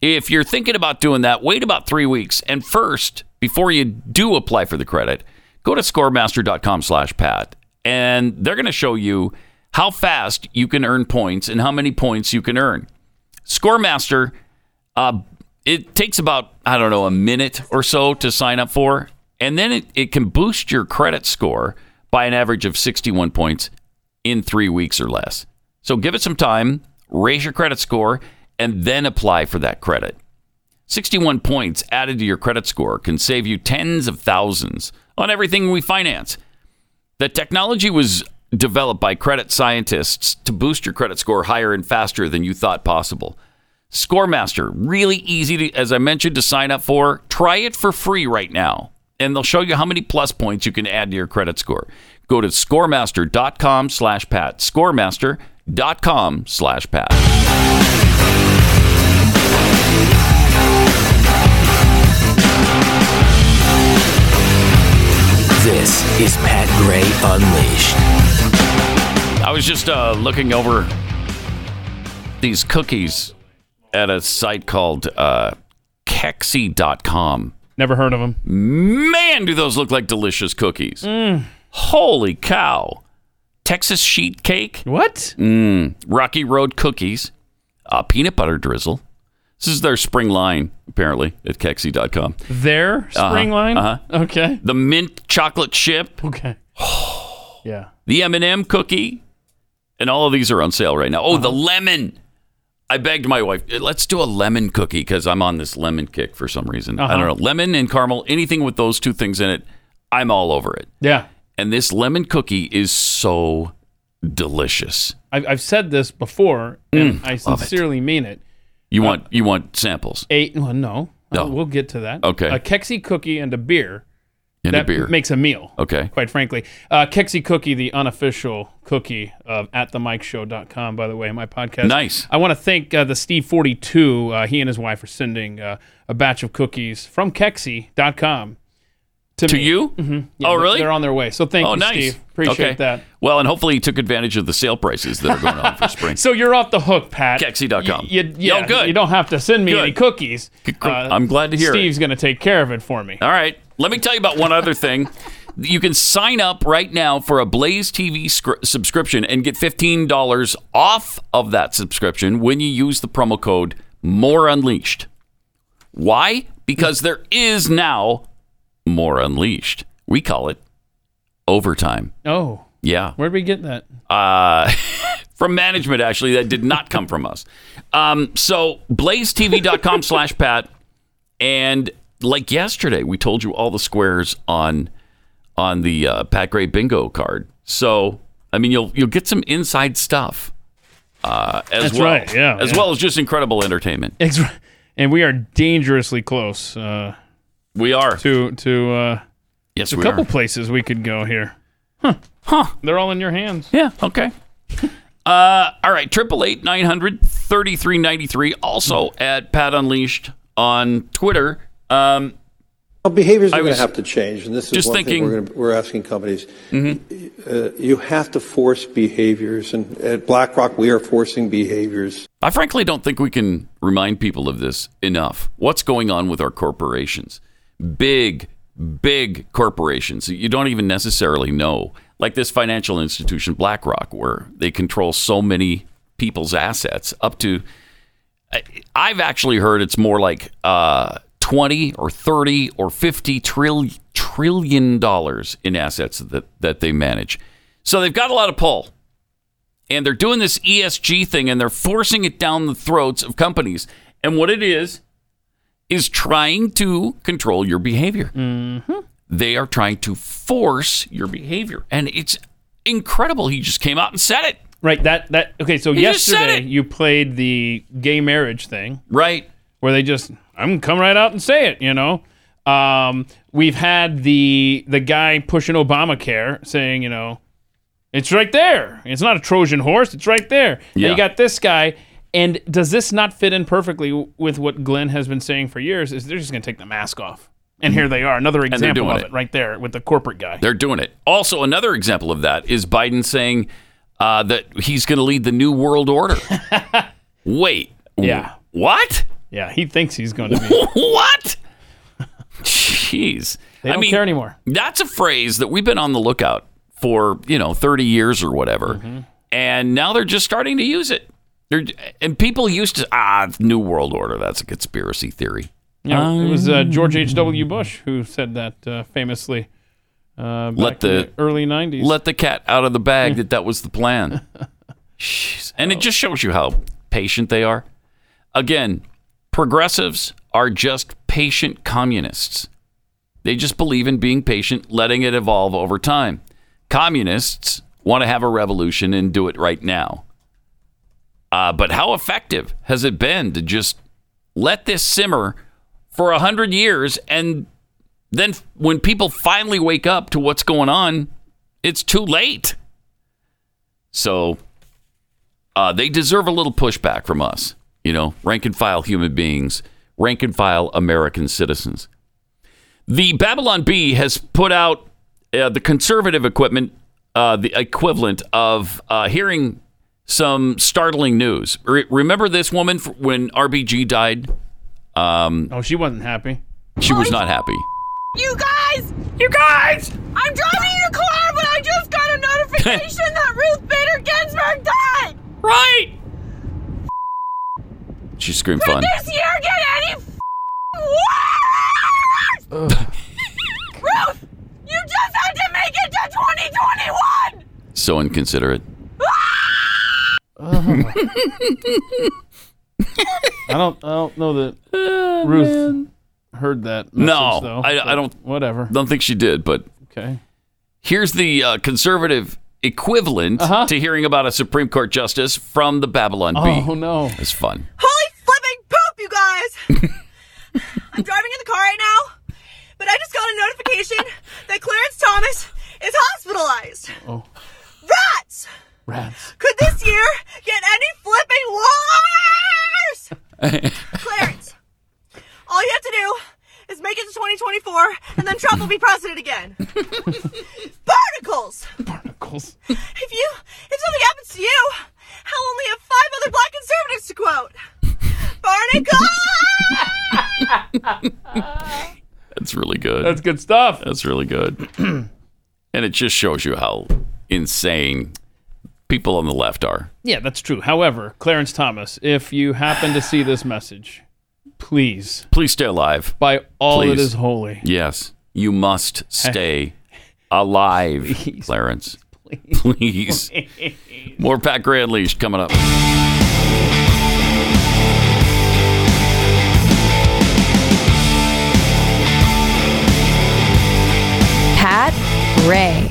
B: if you're thinking about doing that, wait about three weeks. And first, before you do apply for the credit, go to scoremaster.com slash pat, and they're going to show you how fast you can earn points and how many points you can earn. Scoremaster, uh, it takes about, I don't know, a minute or so to sign up for. And then it, it can boost your credit score by an average of 61 points in three weeks or less. So give it some time, raise your credit score, and then apply for that credit. 61 points added to your credit score can save you tens of thousands on everything we finance. The technology was developed by credit scientists to boost your credit score higher and faster than you thought possible. Scoremaster, really easy to, as I mentioned, to sign up for. Try it for free right now, and they'll show you how many plus points you can add to your credit score. Go to scoremaster.com slash pat. Scoremaster.com slash pat.
Q: This is Pat Gray Unleashed.
B: I was just uh, looking over these cookies at a site called uh, Kexi.com.
C: Never heard of him.
B: Man, do those look like delicious cookies.
C: Mm.
B: Holy cow. Texas sheet cake.
C: What?
B: Mm. Rocky Road cookies. Uh, peanut butter drizzle. This is their spring line, apparently, at Kexi.com.
C: Their
B: Uh-huh,
C: spring line.
B: uh-huh.
C: Okay.
B: The mint chocolate chip.
C: Okay. yeah.
B: (sighs) the M&M cookie, and all of these are on sale right now. Oh, the
C: Uh-huh.
B: lemon. I begged my wife, let's do a lemon cookie because I'm on this lemon kick for some reason. I
C: Uh-huh.
B: don't know. Lemon and caramel, anything with those two things in it, I'm all over it.
C: Yeah.
B: And this lemon cookie is so delicious.
C: I've, I've said this before, and
B: Mm,
C: I
B: love it.
C: sincerely mean it.
B: You
C: Uh-huh.
B: want you want samples.
C: Eight. Well, no.
B: No.
C: Uh, We'll get to that.
B: Okay.
C: A Kexi cookie and a beer.
B: And a
C: that
B: beer.
C: makes a meal.
B: Okay.
C: Quite frankly, uh, Kexi Cookie, the unofficial cookie of atthemikeshow.com, by the way, my podcast.
B: Nice.
C: I want to thank uh, the Steve42. Uh, he and his wife are sending uh, a batch of cookies from Kexi.com
B: To, you?
C: Mhm. Yeah,
B: oh,
C: they-
B: really?
C: They're on their way. So thank
B: oh,
C: you,
B: nice.
C: Steve. Appreciate
B: Okay.
C: that.
B: Well, and hopefully you took advantage of the sale prices that are going
C: (laughs)
B: on for spring.
C: So you're off the hook, Pat.
B: Kexi.com.
C: You, yeah,
B: Oh, good.
C: You don't have to send me
B: Good.
C: any cookies. Uh,
B: I'm glad to hear it.
C: Steve's going to take care of it for me.
B: All right. Let me tell you about one other thing. You can sign up right now for a Blaze TV scr- subscription and get $15 off of that subscription when you use the promo code More Unleashed. Why? Because there is now More Unleashed. We call it overtime.
C: Oh,
B: Yeah.
C: where'd we get that?
B: uh, (laughs) from management, actually, that did not come from us. Um, so,
C: (laughs)
B: blazetv.com slash Pat. And like yesterday, we told you all the squares on on the uh, Pat Gray bingo card. So, I mean, you'll you'll get some inside stuff uh, as
C: That's
B: well.
C: right, yeah,
B: As
C: yeah.
B: well as just incredible entertainment.
C: Ex- And we are dangerously close. Uh,
B: we are
C: to to uh,
B: yes,
C: a
B: we
C: couple
B: are.
C: places we could go here. Huh? They're all in your hands.
B: Yeah. Okay. Uh, all right, triple eight nine hundred thirty three ninety three. Also at Pat Unleashed on Twitter. Um,
P: Well, behaviors
B: I
P: are going
B: was
P: to have to change, and this is
B: just
P: one
B: thinking- Mm-hmm.
P: thing we're, gonna, we're asking companies. Uh, you have to force behaviors, and at BlackRock, we are forcing behaviors.
B: I frankly don't think we can remind people of this enough. What's going on with our corporations? Big, big corporations that you don't even necessarily know, like this financial institution, BlackRock, where they control so many people's assets up to. I- I've actually heard it's more like uh, 20 or 30 or 50 trillion, trillion dollars in assets that, that they manage. So they've got a lot of pull and they're doing this ESG thing and they're forcing it down the throats of companies. And what it is is trying to control your behavior.
C: Mm-hmm.
B: They are trying to force your behavior, and it's incredible. He just came out and said it.
C: Right. That that okay. So
B: You just said
C: yesterday you played the gay marriage thing.
B: Right.
C: Where they just I'm gonna come right out and say it. You know. Um, we've had the the guy pushing Obamacare saying you know it's right there. It's not a Trojan horse. It's right there. Yeah.
B: Yeah.
C: you got this guy. And does this not fit in perfectly w- with what Glenn has been saying for years? Is they're just going to take the mask off, and here they are, another
B: And they're
C: example
B: doing
C: of
B: it.
C: it right there with the corporate guy.
B: They're doing it. Also, another example of that is Biden saying uh, that he's going to lead the new world order.
C: (laughs)
B: Wait.
C: Yeah.
B: What?
C: Yeah, he thinks he's going to be.
B: (laughs) what? Jeez.
C: They don't care anymore.
B: That's a phrase that we've been on the lookout for, you know, 30 years or whatever.
C: Mm-hmm.
B: And now they're just starting to use it. They're, and people used to, ah, New World Order, that's a conspiracy theory.
C: Yeah, it was uh, George H.W.
B: Um.
C: Bush who said that uh, famously. Uh, back
B: Let
C: in
B: the-
C: early '90s.
B: Let the (laughs) cat out of the bag that that was the
C: (laughs)
B: plan. Jeez. And it just shows you how patient they are. Again, progressives are just patient communists. They just believe in being patient, letting it evolve over time. Communists want to have a revolution and do it right now. Uh, but how effective has it been to just let this simmer for a hundred years, and then f- when people finally wake up to what's going on, it's too late. So uh, they deserve a little pushback from us, you know, rank and file human beings, rank and file American citizens. The Babylon Bee has put out uh, the conservative equipment, uh, the equivalent of uh, hearing some startling news. Re- remember this woman f- when RBG died? Um,
C: oh, she wasn't happy.
B: She was not happy.
R: You guys! You guys! I'm driving in a car, but I just got a
B: (laughs)
R: notification that Ruth Bader Ginsburg died!
B: Right! She screamed
R: Did
B: fun.
R: this year get any f- worse? (laughs) Ruth! You just had to make it to 2021!
B: So inconsiderate.
C: I don't. I don't know
B: (laughs)
C: that Ruth heard that. Message,
B: Oh, No,
C: though,
B: I- I
C: but
B: don't-
C: Whatever.
B: Don't think she did, but
C: Okay.
B: Here's the uh, conservative equivalent
C: Uh-huh.
B: to hearing about a Supreme Court justice from the Babylon Bee.
C: Oh no,
B: it's fun.
R: Holy flipping poop, you guys!
C: (laughs)
R: I'm driving in the car right now, but I just got a notification that Clarence Thomas is hospitalized.
C: Oh.
R: Rats!
C: Rats.
R: Could this year get any flipping worse? Clarence, all you have to do is is make it to 2024, and then Trump will be president
C: (laughs)
R: again. Barnacles!
C: Barnacles.
R: If you, if something happens to you, I'll only have five other black conservatives to
C: (laughs)
R: quote. Barnacles!
B: That's really good.
C: That's good stuff.
B: That's really good. (clears throat) and it just shows you how insane people on the left are.
C: Yeah, that's true. However, Clarence Thomas, if you happen to see this message, please,
B: please stay alive.
C: By all that
B: Please.
C: is holy.
B: Yes, you must
C: (laughs)
B: stay alive, Clarence. Please.
C: (laughs)
B: More Pat Gray Unleashed coming up.
O: Pat Gray.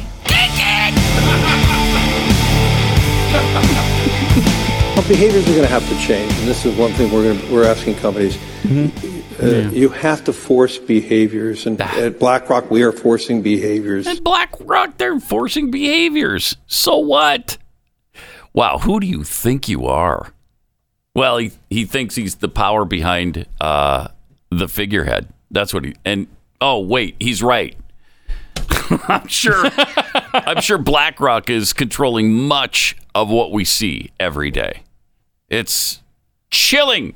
P: Well, behaviors are going to have to change, and this is one thing we're going to, we're asking companies. Uh, You have to force behaviors, and at BlackRock, we are forcing behaviors.
B: And BlackRock, they're forcing behaviors. So what? Wow, who do you think you are? Well, he, he thinks he's the power behind uh, the figurehead. That's what he. And oh wait, he's right. (laughs) I'm sure. I'm sure BlackRock is controlling much of what we see every day. It's chilling.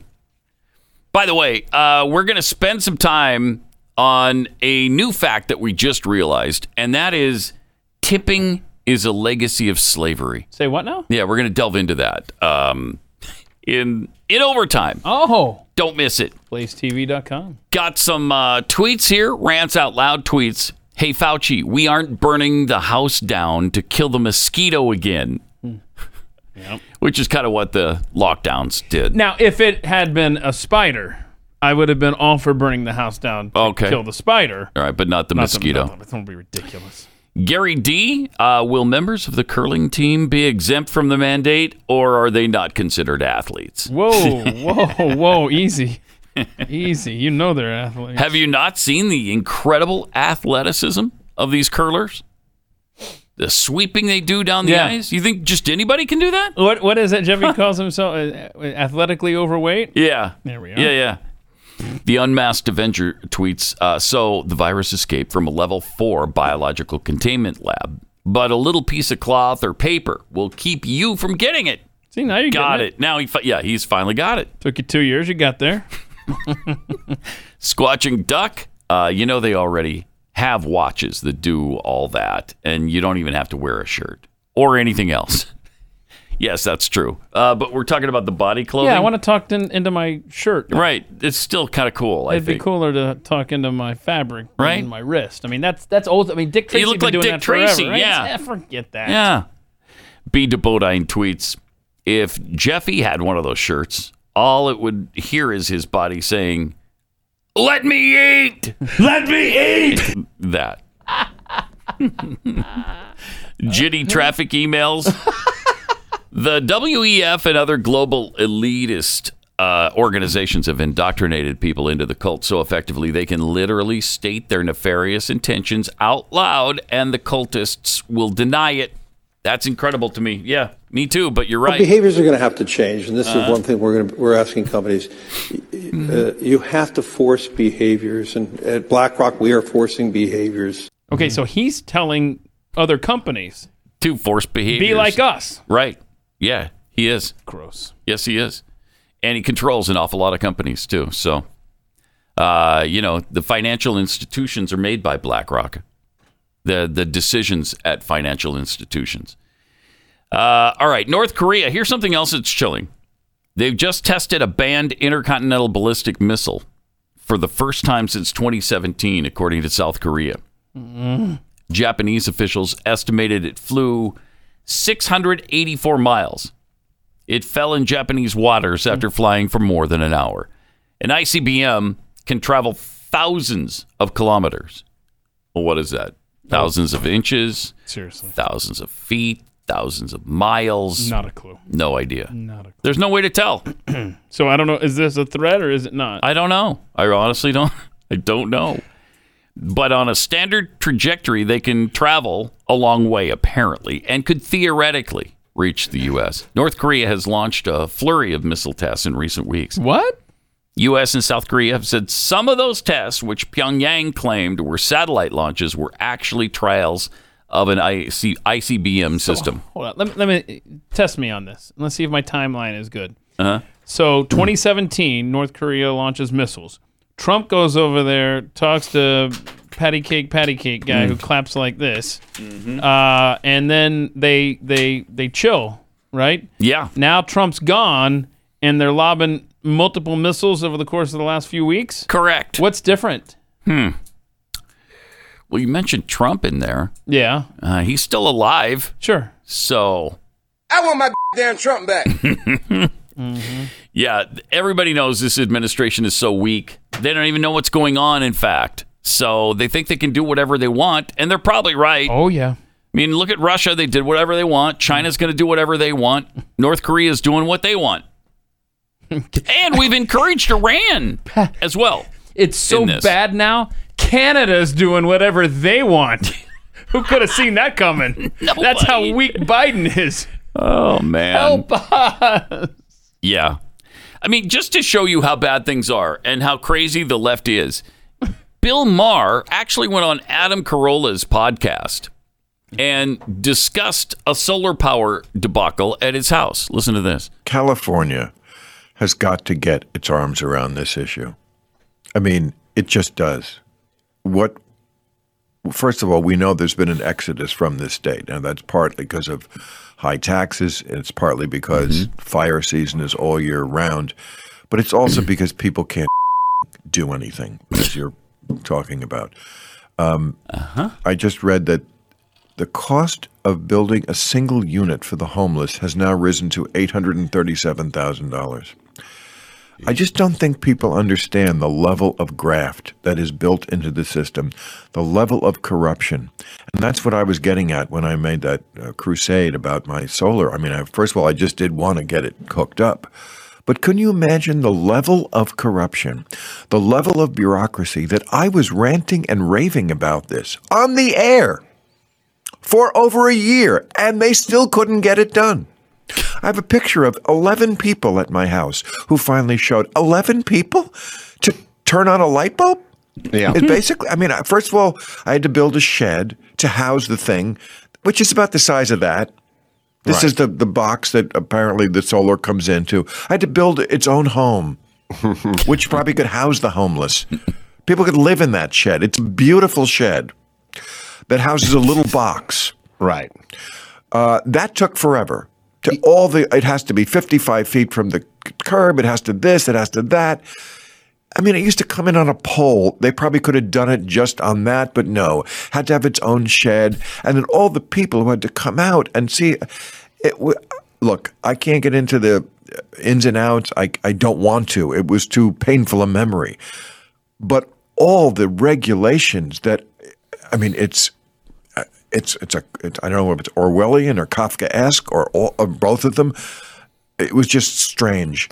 B: By the way, uh, we're going to spend some time on a new fact that we just realized, and that is tipping is a legacy of slavery.
C: Say what now?
B: Yeah, we're going to delve into that um, in in overtime.
C: Oh,
B: don't miss it.
C: BlazeTV.com.
B: Got some uh, tweets here. Rants out loud tweets. Hey Fauci, we aren't burning the house down to kill the mosquito again,
C: Hmm.
B: (laughs) which is kind of what the lockdowns did.
C: Now, if it had been a spider, I would have been all for burning the house down to
B: Okay.
C: kill the spider.
B: All right, but not the
C: Not
B: mosquito.
C: no, that would be ridiculous.
B: Gary D. Uh, will members of the curling team be exempt from the mandate, or are they not considered athletes? (laughs)
C: Whoa, whoa, whoa! Easy, easy. You know they're athletes.
B: Have you not seen the incredible athleticism of these curlers? The sweeping they do down the
C: Yeah.
B: ice. You think just anybody can do that?
C: What what is
B: (laughs)
C: it? Jeffy calls himself uh, athletically overweight.
B: Yeah.
C: There we are.
B: Yeah, yeah. The unmasked Avenger tweets uh, So the virus escaped from a level four biological containment lab, but a little piece of cloth or paper will keep you from getting it.
C: See, now you
B: got
C: getting
B: it. Now he, fi- yeah, he's finally got it.
C: Took you two years. You got there.
B: Squatching duck. Uh, you know they already have watches that do all that, and you don't even have to wear a shirt or anything else. (laughs) yes, that's true. Uh, but we're talking about the body clothing.
C: Yeah, I want to talk in, into my shirt.
B: right. It's still kind of cool. I
C: It'd be
B: think.
C: cooler to talk into my fabric
B: Right.
C: than my wrist. I mean, that's that's old. I mean, Dick Tracy
B: look
C: been
B: like
C: doing
B: Dick
C: that forever,
B: Tracy,
C: right? Eh,
B: yeah.
C: forget that.
B: Yeah. B. de Bodine tweets If Jeffy had one of those shirts, all it would hear is his body saying, Let me eat! Let me eat! That. Jitty traffic emails. the WEF and other global elitist uh, organizations have indoctrinated people into the cult so effectively they can literally state their nefarious intentions out loud, and the cultists will deny it. That's incredible to me. Yeah, me too. But you're
P: Well,
B: right.
P: behaviors are going to have to change, and this
B: Uh-huh. Mm-hmm.
P: is one thing we're going to, we're asking companies. Uh, you have to force behaviors, and at BlackRock, we are forcing behaviors.
C: Okay, so he's telling other companies (clears throat)
B: to force behavior.
C: Be like us.
B: Right. Yeah, he is.
C: Gross.
B: Yes, he is. And he controls an awful lot of companies, too. So, uh, you know, the financial institutions are made by BlackRock, the, the decisions at financial institutions. Uh, all right, North Korea. Here's something else that's chilling. They've just tested a banned intercontinental ballistic missile for the first time since 2017, according to South Korea. Japanese officials estimated it flew 684 miles. It fell in Japanese waters after flying for more than an hour. An ICBM can travel thousands of kilometers. Well, what is that? Thousands of inches?
C: Seriously.
B: Thousands of feet? Thousands of miles?
C: Not a clue.
B: No idea.
C: Not a clue.
B: There's no way to tell.
C: so I don't know. Is this a threat or is it not?
B: I don't know. I honestly don't. (laughs) I don't know. But on a standard trajectory, they can travel a long way, apparently, and could theoretically reach the U.S. North Korea has launched a flurry of missile tests in recent weeks.
C: What?
B: U.S. and South Korea have said some of those tests, which Pyongyang claimed were satellite launches, were actually trials of an IC- ICBM system.
C: Hold on. Let me, let me test me on this. Let's see if my timeline is good.
B: Uh-huh.
C: So 2017, North Korea launches missiles. Trump goes over there, talks to patty cake, patty cake guy who
S: Mm.
C: claps like this,
B: Mm-hmm.
C: uh, and then they they they chill, right?
B: Yeah.
C: Now Trump's gone, and they're lobbing multiple missiles over the course of the last few weeks.
B: Correct.
C: What's different?
B: Hmm. Well, you mentioned Trump in there.
C: Yeah.
B: Uh, he's still alive.
C: Sure.
B: So, (laughs)
T: I want my damn Trump back.
B: yeah, everybody knows this administration is so weak. They don't even know what's going on, in fact. So they think they can do whatever they want, and they're probably right.
C: Oh, yeah.
B: I mean, look at Russia. They did whatever they want. China's going to do whatever they want. North Korea's doing what they
C: (laughs)
B: want. and we've encouraged
C: (laughs)
B: Iran as well.
C: It's so
B: in this.
C: bad now. Canada's doing whatever they want. (laughs) Who could have seen
B: (laughs)
C: that coming? That's how weak Biden is.
B: Oh, man.
C: Help us.
B: Yeah. I mean, just to show you how bad things are and how crazy the left is, Bill Maher actually went on Adam Carolla's podcast and discussed a solar power debacle at his house. Listen to this.
U: California has got to get its arms around this issue. I mean, it just does. What first of all, we know there's been an exodus from this state. Now that's partly because of high taxes, and it's partly because
B: Mm-hmm.
U: fire season is all year round, but it's
B: (clears throat)
U: also because people can't do anything, as you're talking about. Um,
B: Uh-huh.
U: I just read that the cost of building a single unit for the homeless has now risen to $837,000. I just don't think people understand the level of graft that is built into the system, the level of corruption. And that's what I was getting at when I made that uh, crusade about my solar. I mean, I, first of all, I just did want to get it hooked up. But can you imagine the level of corruption, the level of bureaucracy that I was ranting and raving about this on the air? for over a year, and they still couldn't get it done. I have a picture of 11 people at my house who finally showed 11 people to turn on a light bulb.
V: Yeah.
U: It basically, I mean, I- first of all, I had to build a shed to house the thing, which is about the size of that. This
V: Right.
U: is the, the box that apparently the solar comes into. I had to build its own
V: (laughs)
U: home, which probably could house the homeless. People could live in that shed. It's a beautiful shed that houses a little box.
V: Right.
U: Uh, that took forever. To all the, it has to be 55 feet from the curb. It has to this. It has to that. I mean, it used to come in on a pole. They probably could have done it just on that, but no. Had to have its own shed, and then all the people who had to come out and see. It w- look, I can't get into the ins and outs. I I don't want to. It was too painful a memory. But all the regulations that, I mean, it's uh, it's it's a it's, I don't know if it's Orwellian or Kafkaesque or, all, or both of them. It was just strange,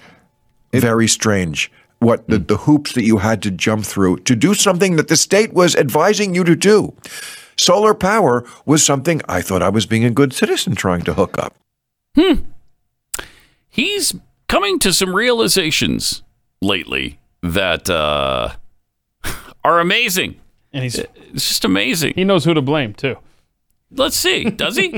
U: very strange. What the, the hoops that you had to jump through to do something that the state was advising you to do. Solar power was something I thought I was being a good citizen trying to hook up.
B: he's coming to some realizations lately that uh, are amazing. (laughs)
C: And he's
B: it's just amazing.
C: He knows who to blame too.
B: Let's see, does he?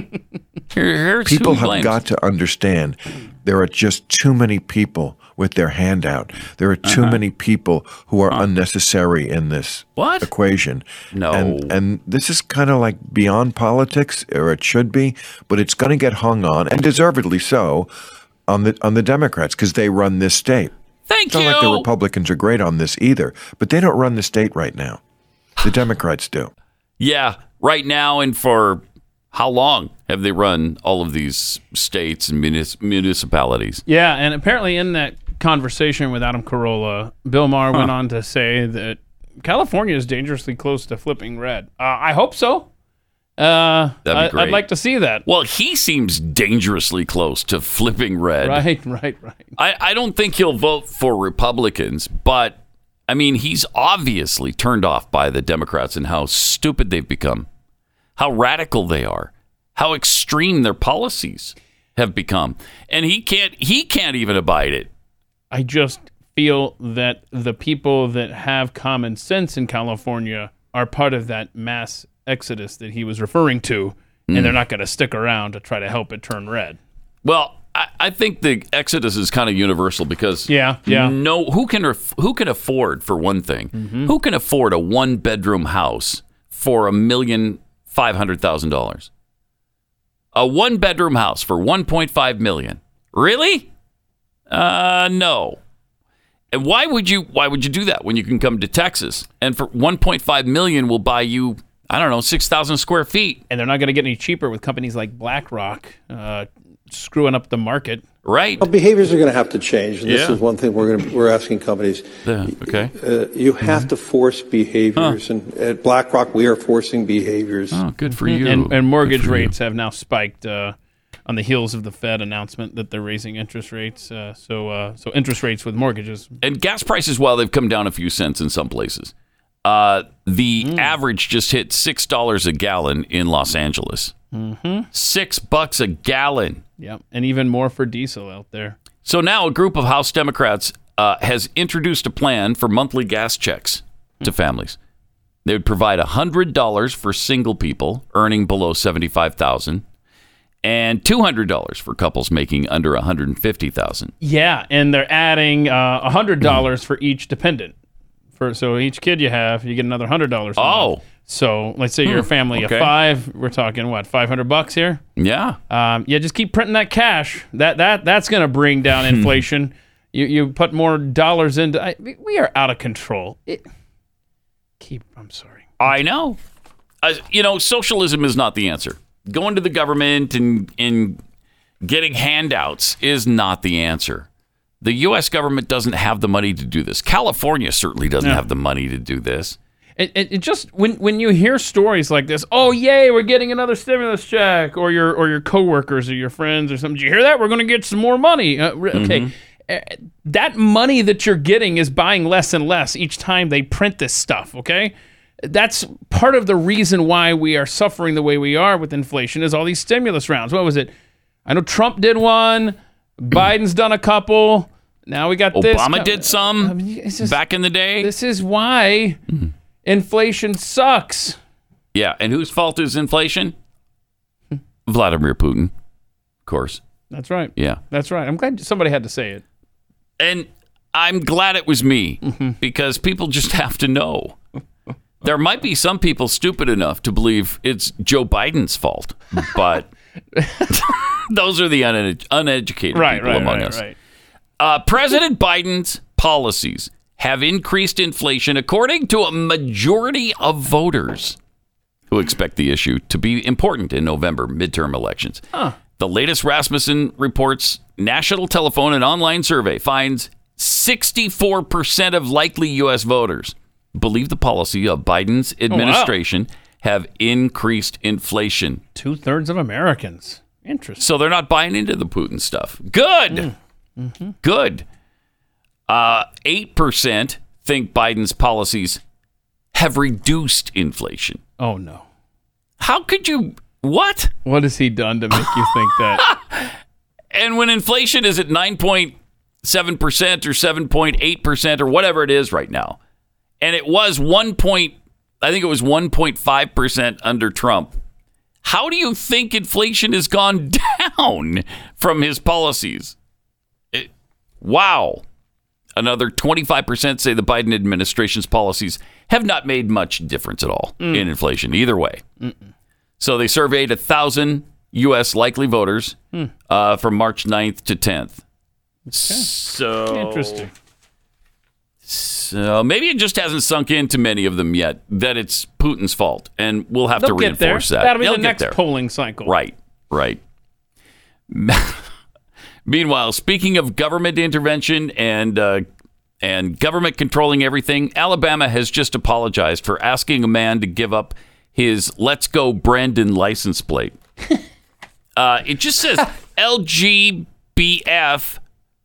B: Here, here's who
U: people
B: he
U: have
B: blames.
U: got to understand there are just too many people with their hand out. There are too
B: Uh-huh.
U: many people who are unnecessary in this
B: What?
U: equation.
B: No.
U: And, and this is kind of like beyond politics, or it should be, but it's going to get hung on, and deservedly so, on the on the Democrats because they run this state.
B: Thank
U: it's not like the Republicans are great on this either, but they don't run the state right now. The Democrats do.
B: Yeah, right now and for how long have they run all of these states and munis- municipalities?
C: Yeah, and apparently in that conversation with Adam Carolla, Bill Maher went
B: Huh.
C: on to say that California is dangerously close to flipping red. Uh, I hope so. Uh,
B: That'd be
C: I,
B: great.
C: would like to see that.
B: Well, he seems dangerously close to flipping red.
C: (laughs) Right, right, right.
B: I, I don't think he'll vote for Republicans, but I mean, he's obviously turned off by the Democrats and how stupid they've become, how radical they are, how extreme their policies have become, and he can't he can't even abide it.
C: I just feel that the people that have common sense in California are part of that mass exodus that he was referring to,
B: Mm.
C: and they're not going to stick around to try to help it turn red.
B: Well, I, I think the exodus is kind of universal because
C: Yeah, yeah. Mm-hmm.
B: no who can ref, who can afford for one thing who can afford a one bedroom house for a million five hundred thousand dollars a one bedroom house for one point five million really uh no and why would you why would you do that when you can come to Texas and for one point five million will buy you I don't know six thousand square feet
C: and they're not going to get any cheaper with companies like BlackRock uh, screwing up the market.
B: Right.
P: Well, behaviors are going to have to change. And This
C: Yeah.
P: is one thing we're going to, we're asking companies.
B: okay. Mm-hmm.
P: Uh, you have to force behaviors, and at BlackRock, we are forcing behaviors.
B: Oh, good
C: Mm-hmm. And, and mortgage rates have now spiked uh, on the heels of the Fed announcement that they're raising interest rates. Uh, so, uh, so interest rates with mortgages.
B: and gas prices, while they've come down a few cents in some places, uh, the average just hit six dollars a gallon in Los Angeles.
C: Mm-hmm.
B: Six bucks a gallon.
C: Yep, and even more for diesel out there.
B: So now a group of House Democrats uh, has introduced a plan for monthly gas checks to families. They would provide hundred dollars for single people earning below seventy-five thousand, and two hundred dollars for couples making under one hundred and fifty thousand.
C: Yeah, and they're adding uh,
B: Hmm.
C: hundred dollars for each dependent. For so each kid you have, you get another hundred dollars. Oh, so let's say you're a
B: Hmm,
C: family
B: okay.
C: of five. We're talking what five hundred bucks here.
B: Yeah.
C: Um, yeah, just keep printing that cash. That that that's going to bring down
B: Hmm.
C: inflation. you you put more dollars into. I, we- we are out of control. It, keep. I'm sorry.
B: I know. Uh, you know, socialism is not the answer. Going to the government and and getting handouts is not the answer. The U.S. government doesn't have the money to do this. California certainly doesn't
C: No.
B: have the money to do this.
C: It, it, it just when when you hear stories like this, oh yay, we're getting another stimulus check, or your or your coworkers or your friends or something. Did you hear that? We're going to get some more money. Uh, re-
B: Mhm.
C: Okay, Uh, that money that you're getting is buying less and less each time they print this stuff. Okay, that's part of the reason why we are suffering the way we are with inflation is all these stimulus rounds. What was it? I know Trump did one, Biden's done a couple. Now we got this.
B: Obama
C: co-
B: did some Um,
C: Um,
B: back in the day.
C: This is why inflation sucks.
B: Yeah, and whose fault is inflation? Vladimir Putin, of course.
C: That's right.
B: Yeah.
C: That's right. I'm glad somebody had to say it.
B: And I'm glad it was me
C: Mm-hmm.
B: because people just (laughs) have to know. There might be some people stupid enough to believe it's Joe Biden's fault, but
C: (laughs)
B: (laughs) those are the uned- uneducated
C: Right,
B: people
C: right,
B: among
C: right,
B: us.
C: right.
B: Uh, President Biden's policies have increased inflation, according to a majority of voters who expect the issue to be important in November midterm elections.
C: Huh.
B: The latest Rasmussen reports national telephone and online survey finds 64% of likely U.S. voters believe the policy of Biden's
C: wow.
B: administration have increased inflation.
C: Two thirds of Americans. Interesting. Mm.
B: So they're not buying into the Putin stuff. Good.
C: Mm-hmm.
B: Good. Uh, 8% think Biden's policies have reduced inflation.
C: Oh no.
B: How could you? What?
C: What has he done to make
B: (laughs)
C: you think that?
B: And when inflation is at 9.7% or 7.8% or whatever it is right now, and it was 1. Point, I think it was 1.5% under Trump. How do you think inflation has gone (laughs) down from his policies? It- wow. Another 25% say the Biden administration's policies have not made much difference at all
C: Mm.
B: in inflation, either way. So they surveyed 1,000 U.S. likely voters
C: Hmm.
B: uh, from March 9th to 10th. So
C: Interesting.
B: So maybe it just hasn't sunk into many of them yet that it's Putin's fault, and we'll have to
C: They'll get there.
B: reinforce that.
C: That'll be
B: They'll
C: the
B: get
C: next
B: there.
C: polling cycle.
B: Right, right. (laughs) Meanwhile, speaking of government intervention and uh, and government controlling everything, Alabama has just apologized for asking a man to give up his "Let's Go Brandon" license
C: (laughs)
B: plate. uh, it just says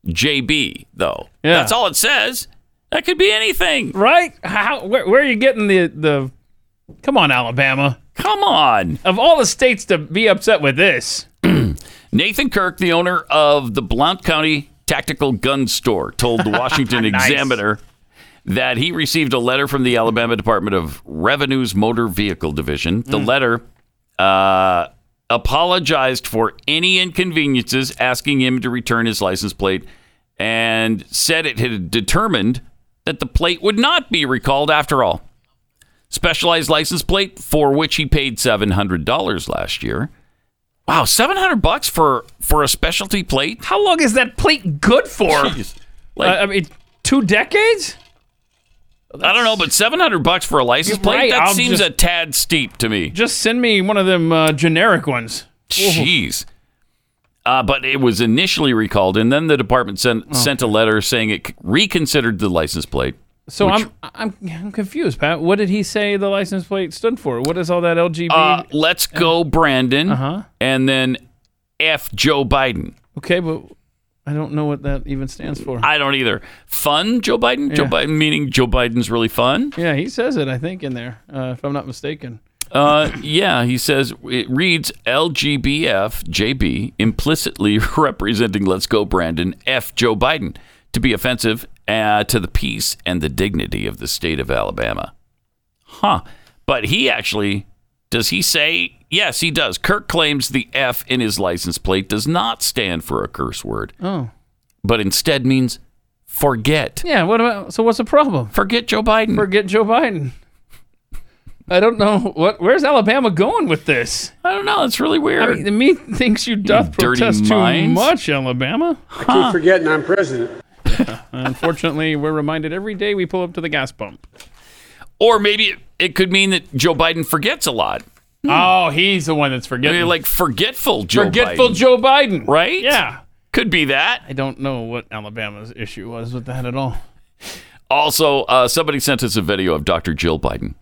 B: LGBFJB, though.
C: Yeah.
B: That's all (clears throat) it says. That could be anything,
C: right? How? Where, where are you getting the the? Come on, Alabama.
B: Come on.
C: Of all the states to be upset with this. (clears throat)
B: Nathan Kirk, the owner of the Blount County tactical gun store told the Washington
S: Nice.
B: Examiner that he received a letter from the Alabama Department of Revenue's Motor Vehicle Division. The letter uh, apologized for any inconveniences, asking him to return his license plate, and said it had determined that the plate would not be recalled after all. Specialized license plate for which he paid seven hundred dollars last year. Wow, seven hundred bucks for for a specialty plate? How long is that plate good for? Like,
C: Uh, I mean, two decades?
B: I don't know, but seven hundred bucks for a license
C: You're
B: plate
C: right,
B: that
C: I'll
B: seems
C: just-
B: a tad steep to me.
C: Just send me one of them uh, generic ones.
B: Jeez. Uh, but it was initially recalled, and then the department sent
C: Oh.
B: sent a letter saying it reconsidered the license plate.
C: So
B: which-
C: I'm, I'm I'm confused, Pat. What did he say the license plate stood for? What is all that LGB?
B: Uh, let's go, Brandon, and then F Joe Biden.
C: okay, but I don't know what that even stands for.
B: I don't either. Fun Joe Biden. Joe
C: Yeah.
B: Biden meaning Joe Biden's really fun.
C: Yeah, he says it, I think, in there, uh, if I'm not mistaken.
B: Uh, yeah, he says it reads LGBFJB implicitly (laughs) representing Let's Go Brandon F Joe Biden to be offensive uh, to the peace and the dignity of the state of Alabama. Huh. But he actually does he say yes, he does. Kirk claims the F in his license plate does not stand for a curse word,
C: Oh,
B: but instead means forget.
C: yeah. What about? So what's the problem?
B: Forget Joe Biden.
C: Forget Joe Biden. I don't know what. Where's Alabama going with this?
B: I don't know. It's really weird.
C: I mean, the me thinks you doth
B: dirty
C: protest too
B: minds.
C: much, Alabama.
T: I keep forgetting I'm president.
C: (laughs) Unfortunately, we're reminded every day we pull up to the gas pump.
B: Or maybe it, it could mean that Joe Biden forgets a lot.
C: Oh, he's the one that's forgetting.
B: They're like forgetful Joe
C: Forgetful
B: Biden.
C: Joe Biden.
B: Right?
C: Yeah.
B: Could be that.
C: I don't know what Alabama's issue was with that at all.
B: Also, uh, somebody sent us a video of Dr. Jill Biden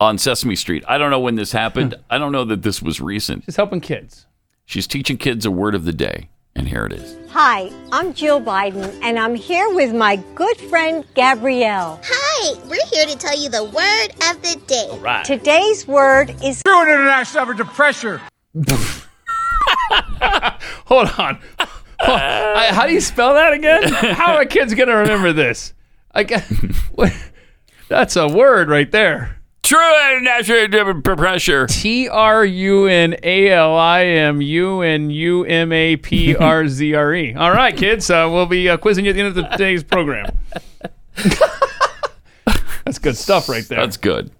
B: on Sesame Street. I don't know when this happened. I don't know that this was recent.
C: She's helping kids.
B: She's teaching kids a word of the day, and here it is.
V: Hi, I'm Jill Biden, and I'm here with my good friend Gabrielle.
W: Hi, we're here to tell you the word of the day. All
B: right.
V: Today's word is
W: Doing international effort to pressure.
C: Hold on. Hold on. I- how do you spell that again? How are kids going to remember this? I gue- what- that's a word right there.
B: True international pressure.
C: T R U N A L I M U N U M A P R Z R E. All right, kids. Uh, we'll be uh, quizzing you at the end of today's program. (laughs) that's good stuff right there.
B: That's
C: (laughs)
B: good.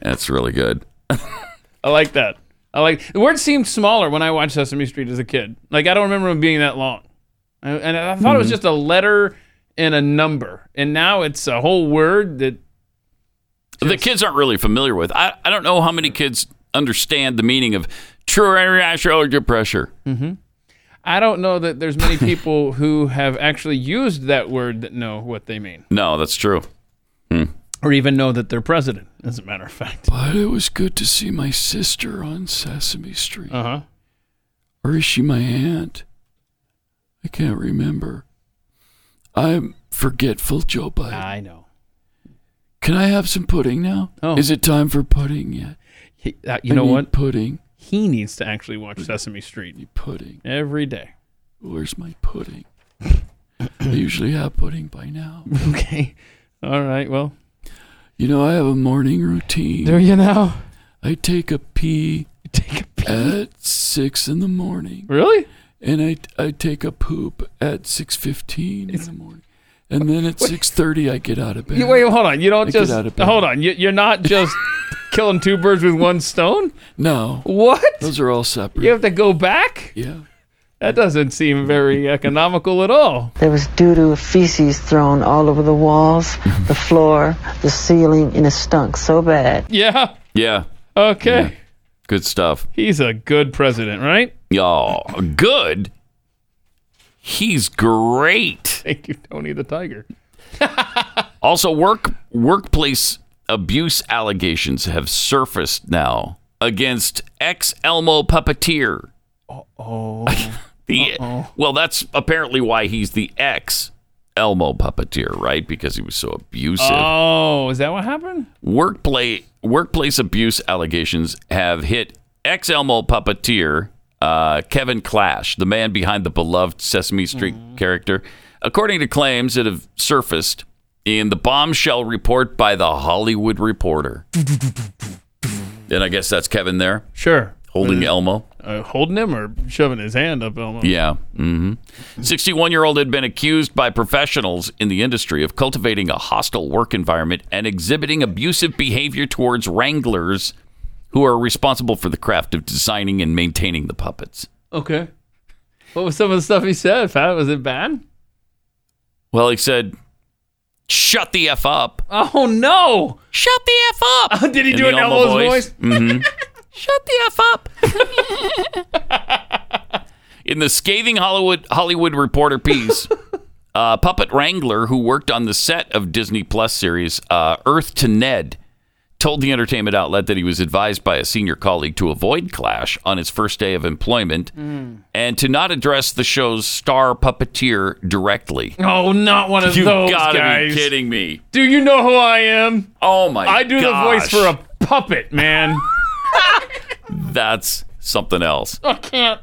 B: That's really good.
C: I like that. I like the word seemed smaller when I watched Sesame Street as a kid. Like I don't remember it being that long, I- and I thought it was
X: Mm-hmm.
B: Mhm.
C: just a letter and a number, and now it's a whole word that
B: The kids aren't really familiar with. I, I don't know how many kids understand the meaning of true international pressure.
X: Mm-hmm.
C: I don't know that there's
X: (laughs)
C: many people who have actually used that word that know what they mean,
B: No, that's true.
C: or even know that they're president. As a matter of fact,
X: But it was good to see my sister on Sesame Street.
C: Uh huh.
X: Or is she my aunt? I can't remember. I'm forgetful, Joe Biden.
C: I know.
X: Can I have some pudding now?
C: Oh.
X: Is it time for pudding yet?
C: He, uh, you
X: I
C: know
X: need
C: what?
X: Pudding.
C: He needs to actually watch Sesame Street
X: pudding
C: every day.
X: Where's my pudding? I usually have pudding by
C: (laughs)
X: now.
C: Okay. (laughs) All right. Well,
X: You know, I have a morning routine.
C: Do you now?
X: I take a pee.
C: (laughs) take a pee
X: at six in the morning.
C: Really?
X: And I I take a poop at six fifteen in the morning, and then
C: (laughs)
X: at six thirty I get out of bed.
C: You, wait, hold on. You don't
X: I get
C: just
X: out of bed.
C: hold on. You, you're
X: (laughs)
C: not just killing two birds with one stone.
X: No.
C: What?
X: Those are all separate.
C: You have to go back.
X: Yeah.
C: That doesn't
X: (laughs)
C: seem very economical at all.
Y: There was doo doo feces thrown all over the walls, the floor, the ceiling, and it stunk so bad.
C: Yeah.
B: Yeah.
C: Okay.
B: Good stuff.
C: He's a good president, right? (laughs)
B: Y'all, good. He's great.
C: Thank you, Tony the Tiger.
B: Also, work workplace abuse allegations have surfaced now against ex Elmo puppeteer.
X: (laughs)
C: Oh.
B: The, well, that's apparently why he's the ex Elmo puppeteer, right? Because he was so abusive.
C: Oh, is that what happened?
B: Workplace workplace abuse allegations have hit ex Elmo puppeteer uh, Kevin Clash, the man behind the beloved Sesame Street
C: Mm-hmm.
B: character. According to claims that have surfaced in the bombshell report by the Hollywood Reporter. and I guess that's Kevin there.
C: Sure.
B: Holding
C: Uh,
B: Elmo.
C: Uh, holding him or shoving his hand up Elmo?
B: Yeah. hmm 61 year old had been accused by professionals in the industry of cultivating a hostile work environment and exhibiting abusive behavior towards wranglers who are responsible for the craft of designing and maintaining the puppets.
C: Okay. What was some of the stuff he said, Pat? Was it bad?
B: Well, he said, shut the F up.
C: Oh, no.
B: Shut the F up.
C: (laughs) Did he do an Elmo's voice?
B: Mhm.
A: Shut the F up.
B: In the scathing Hollywood Hollywood Reporter piece, a puppet wrangler who worked on the set of Disney Plus series uh, Earth to Ned told the entertainment outlet that he was advised by a senior colleague to avoid clash on his first day of employment
C: Mm.
B: and to not address the show's star puppeteer directly.
C: Oh, not one of
B: you
C: those
B: gotta be
C: guys.
B: kidding me!
C: Do you know who I am?
B: Oh my!
C: I do
B: gosh.
C: the voice for a
B: (laughs)
C: puppet, man.
B: That's something else.
C: I can't.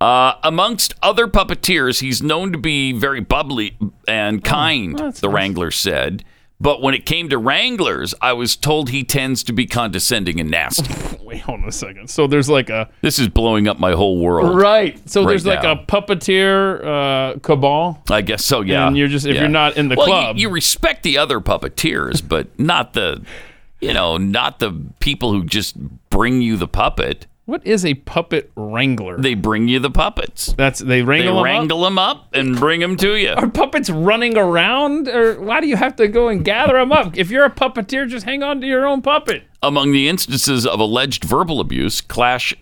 B: Uh, amongst other puppeteers, he's known to be very bubbly
C: Oh,
B: and kind, the Wrangler said. But when it came to Wranglers, I was told he tends to be condescending and nasty.
C: (laughs) Wait, hold on a second. So there's like a
B: This is blowing up my whole world.
C: right. So there's
B: right
C: like
B: now.
C: a puppeteer uh, cabal.
B: I guess so, yeah.
C: And you're just- if
B: Yeah.
C: you're not in the
B: Well, you-
C: club.
B: You, respect the other puppeteers, but not the, you know, not the people who just bring you the puppet.
C: What is a puppet wrangler?
B: They bring you the puppets.
C: That's they wrangle
B: they
C: 'em
B: wrangle them up and bring them to you.
C: Are puppets running around, or why do you have to go and gather them up? If you're a puppeteer, just hang on to your own puppet.
B: Among the instances of alleged verbal abuse, Clash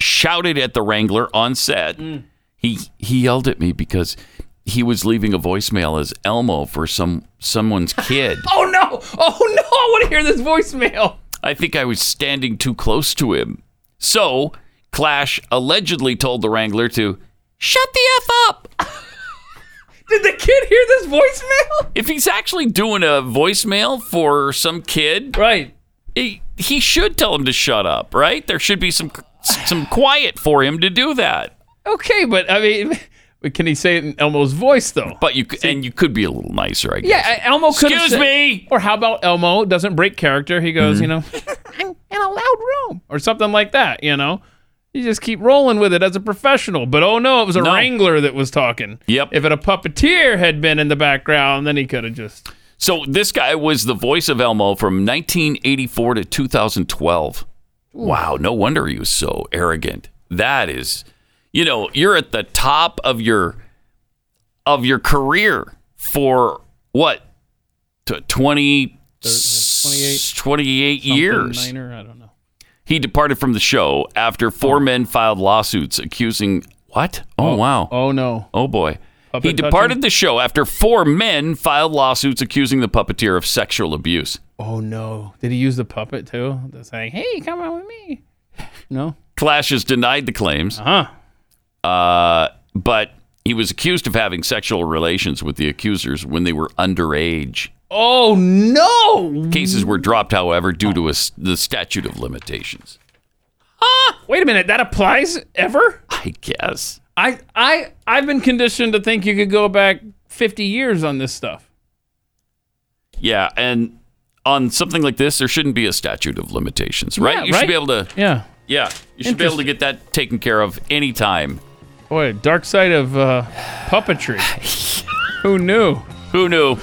B: shouted at the Wrangler on set.
C: Mm.
B: He he yelled at me because he was leaving a voicemail as Elmo for some
C: (laughs)
B: someone's kid.
C: Oh no! Oh no! I want to hear this voicemail.
B: I think I was standing too close to him. So, Clash allegedly told the Wrangler to Shut the F up!
C: Did the kid hear this voicemail?
B: If he's actually doing a voicemail for some kid,
C: right?
B: He, he should tell him to shut up, right? There should be some some quiet for him to do that.
C: Okay, but I mean, (laughs) but can he say it in Elmo's voice though?
B: But you c and you could be a little nicer, I guess.
C: Yeah, Elmo could.
B: Excuse me. Mm-hmm.
C: Or how about Elmo doesn't break character? He goes, you know, (laughs) I'm in a loud room or something like that. You know, you just keep rolling with it as a professional. But oh no, it was a
B: No.
C: wrangler that was talking.
B: Yep.
C: If it a puppeteer had been in the background, then he could have just.
B: So this guy was the voice of Elmo from 1984 to 2012. Wow, no wonder he was so arrogant. That is, you know, you're at the top of your of your career for what? T- 20 28, 28 years.
C: Something Niner, I don't know. Oh.
B: He departed from the show after four men filed lawsuits accusing what? Oh, wow.
C: Oh no.
B: Oh boy. he
C: Puppet
B: departed
C: touching?
B: the show after four men filed lawsuits accusing the puppeteer of sexual abuse.
C: Oh no. Did he use the puppet too? The saying, "Hey, come on with me." No.
B: Clash has denied the claims. Uh-huh. but he was accused of having sexual relations with the accusers when they were underage.
C: Oh no.
B: Cases were dropped, however, due to a s the statute of limitations.
C: Ah, wait a minute. That applies ever?
B: I guess.
C: I I I've been conditioned to think you could go back 50 years on this stuff.
B: Yeah, and on something like this, there shouldn't be a statute of limitations, right?
C: Yeah,
B: you should be
C: right?
B: able to.
C: Yeah.
B: Yeah, you should be able to get that taken care of anytime.
C: Boy, dark side of uh,
B: (laughs)
C: puppetry. Who knew?
B: Who knew?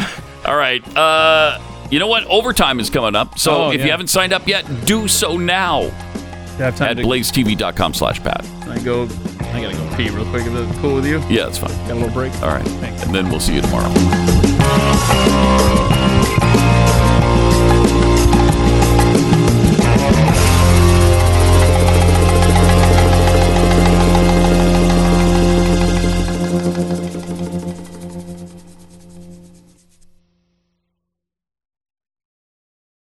B: (laughs) All right. Uh, you know what? Overtime is coming up. So
C: Oh,
B: if
C: yeah.
B: you haven't signed up yet, do so now
C: That
B: at blazetv.com slash Pat.
C: I go I got to go pee real quick. Is that cool with you?
B: Yeah, it's fine.
C: Got a little break.
B: All right. And then we'll see you tomorrow.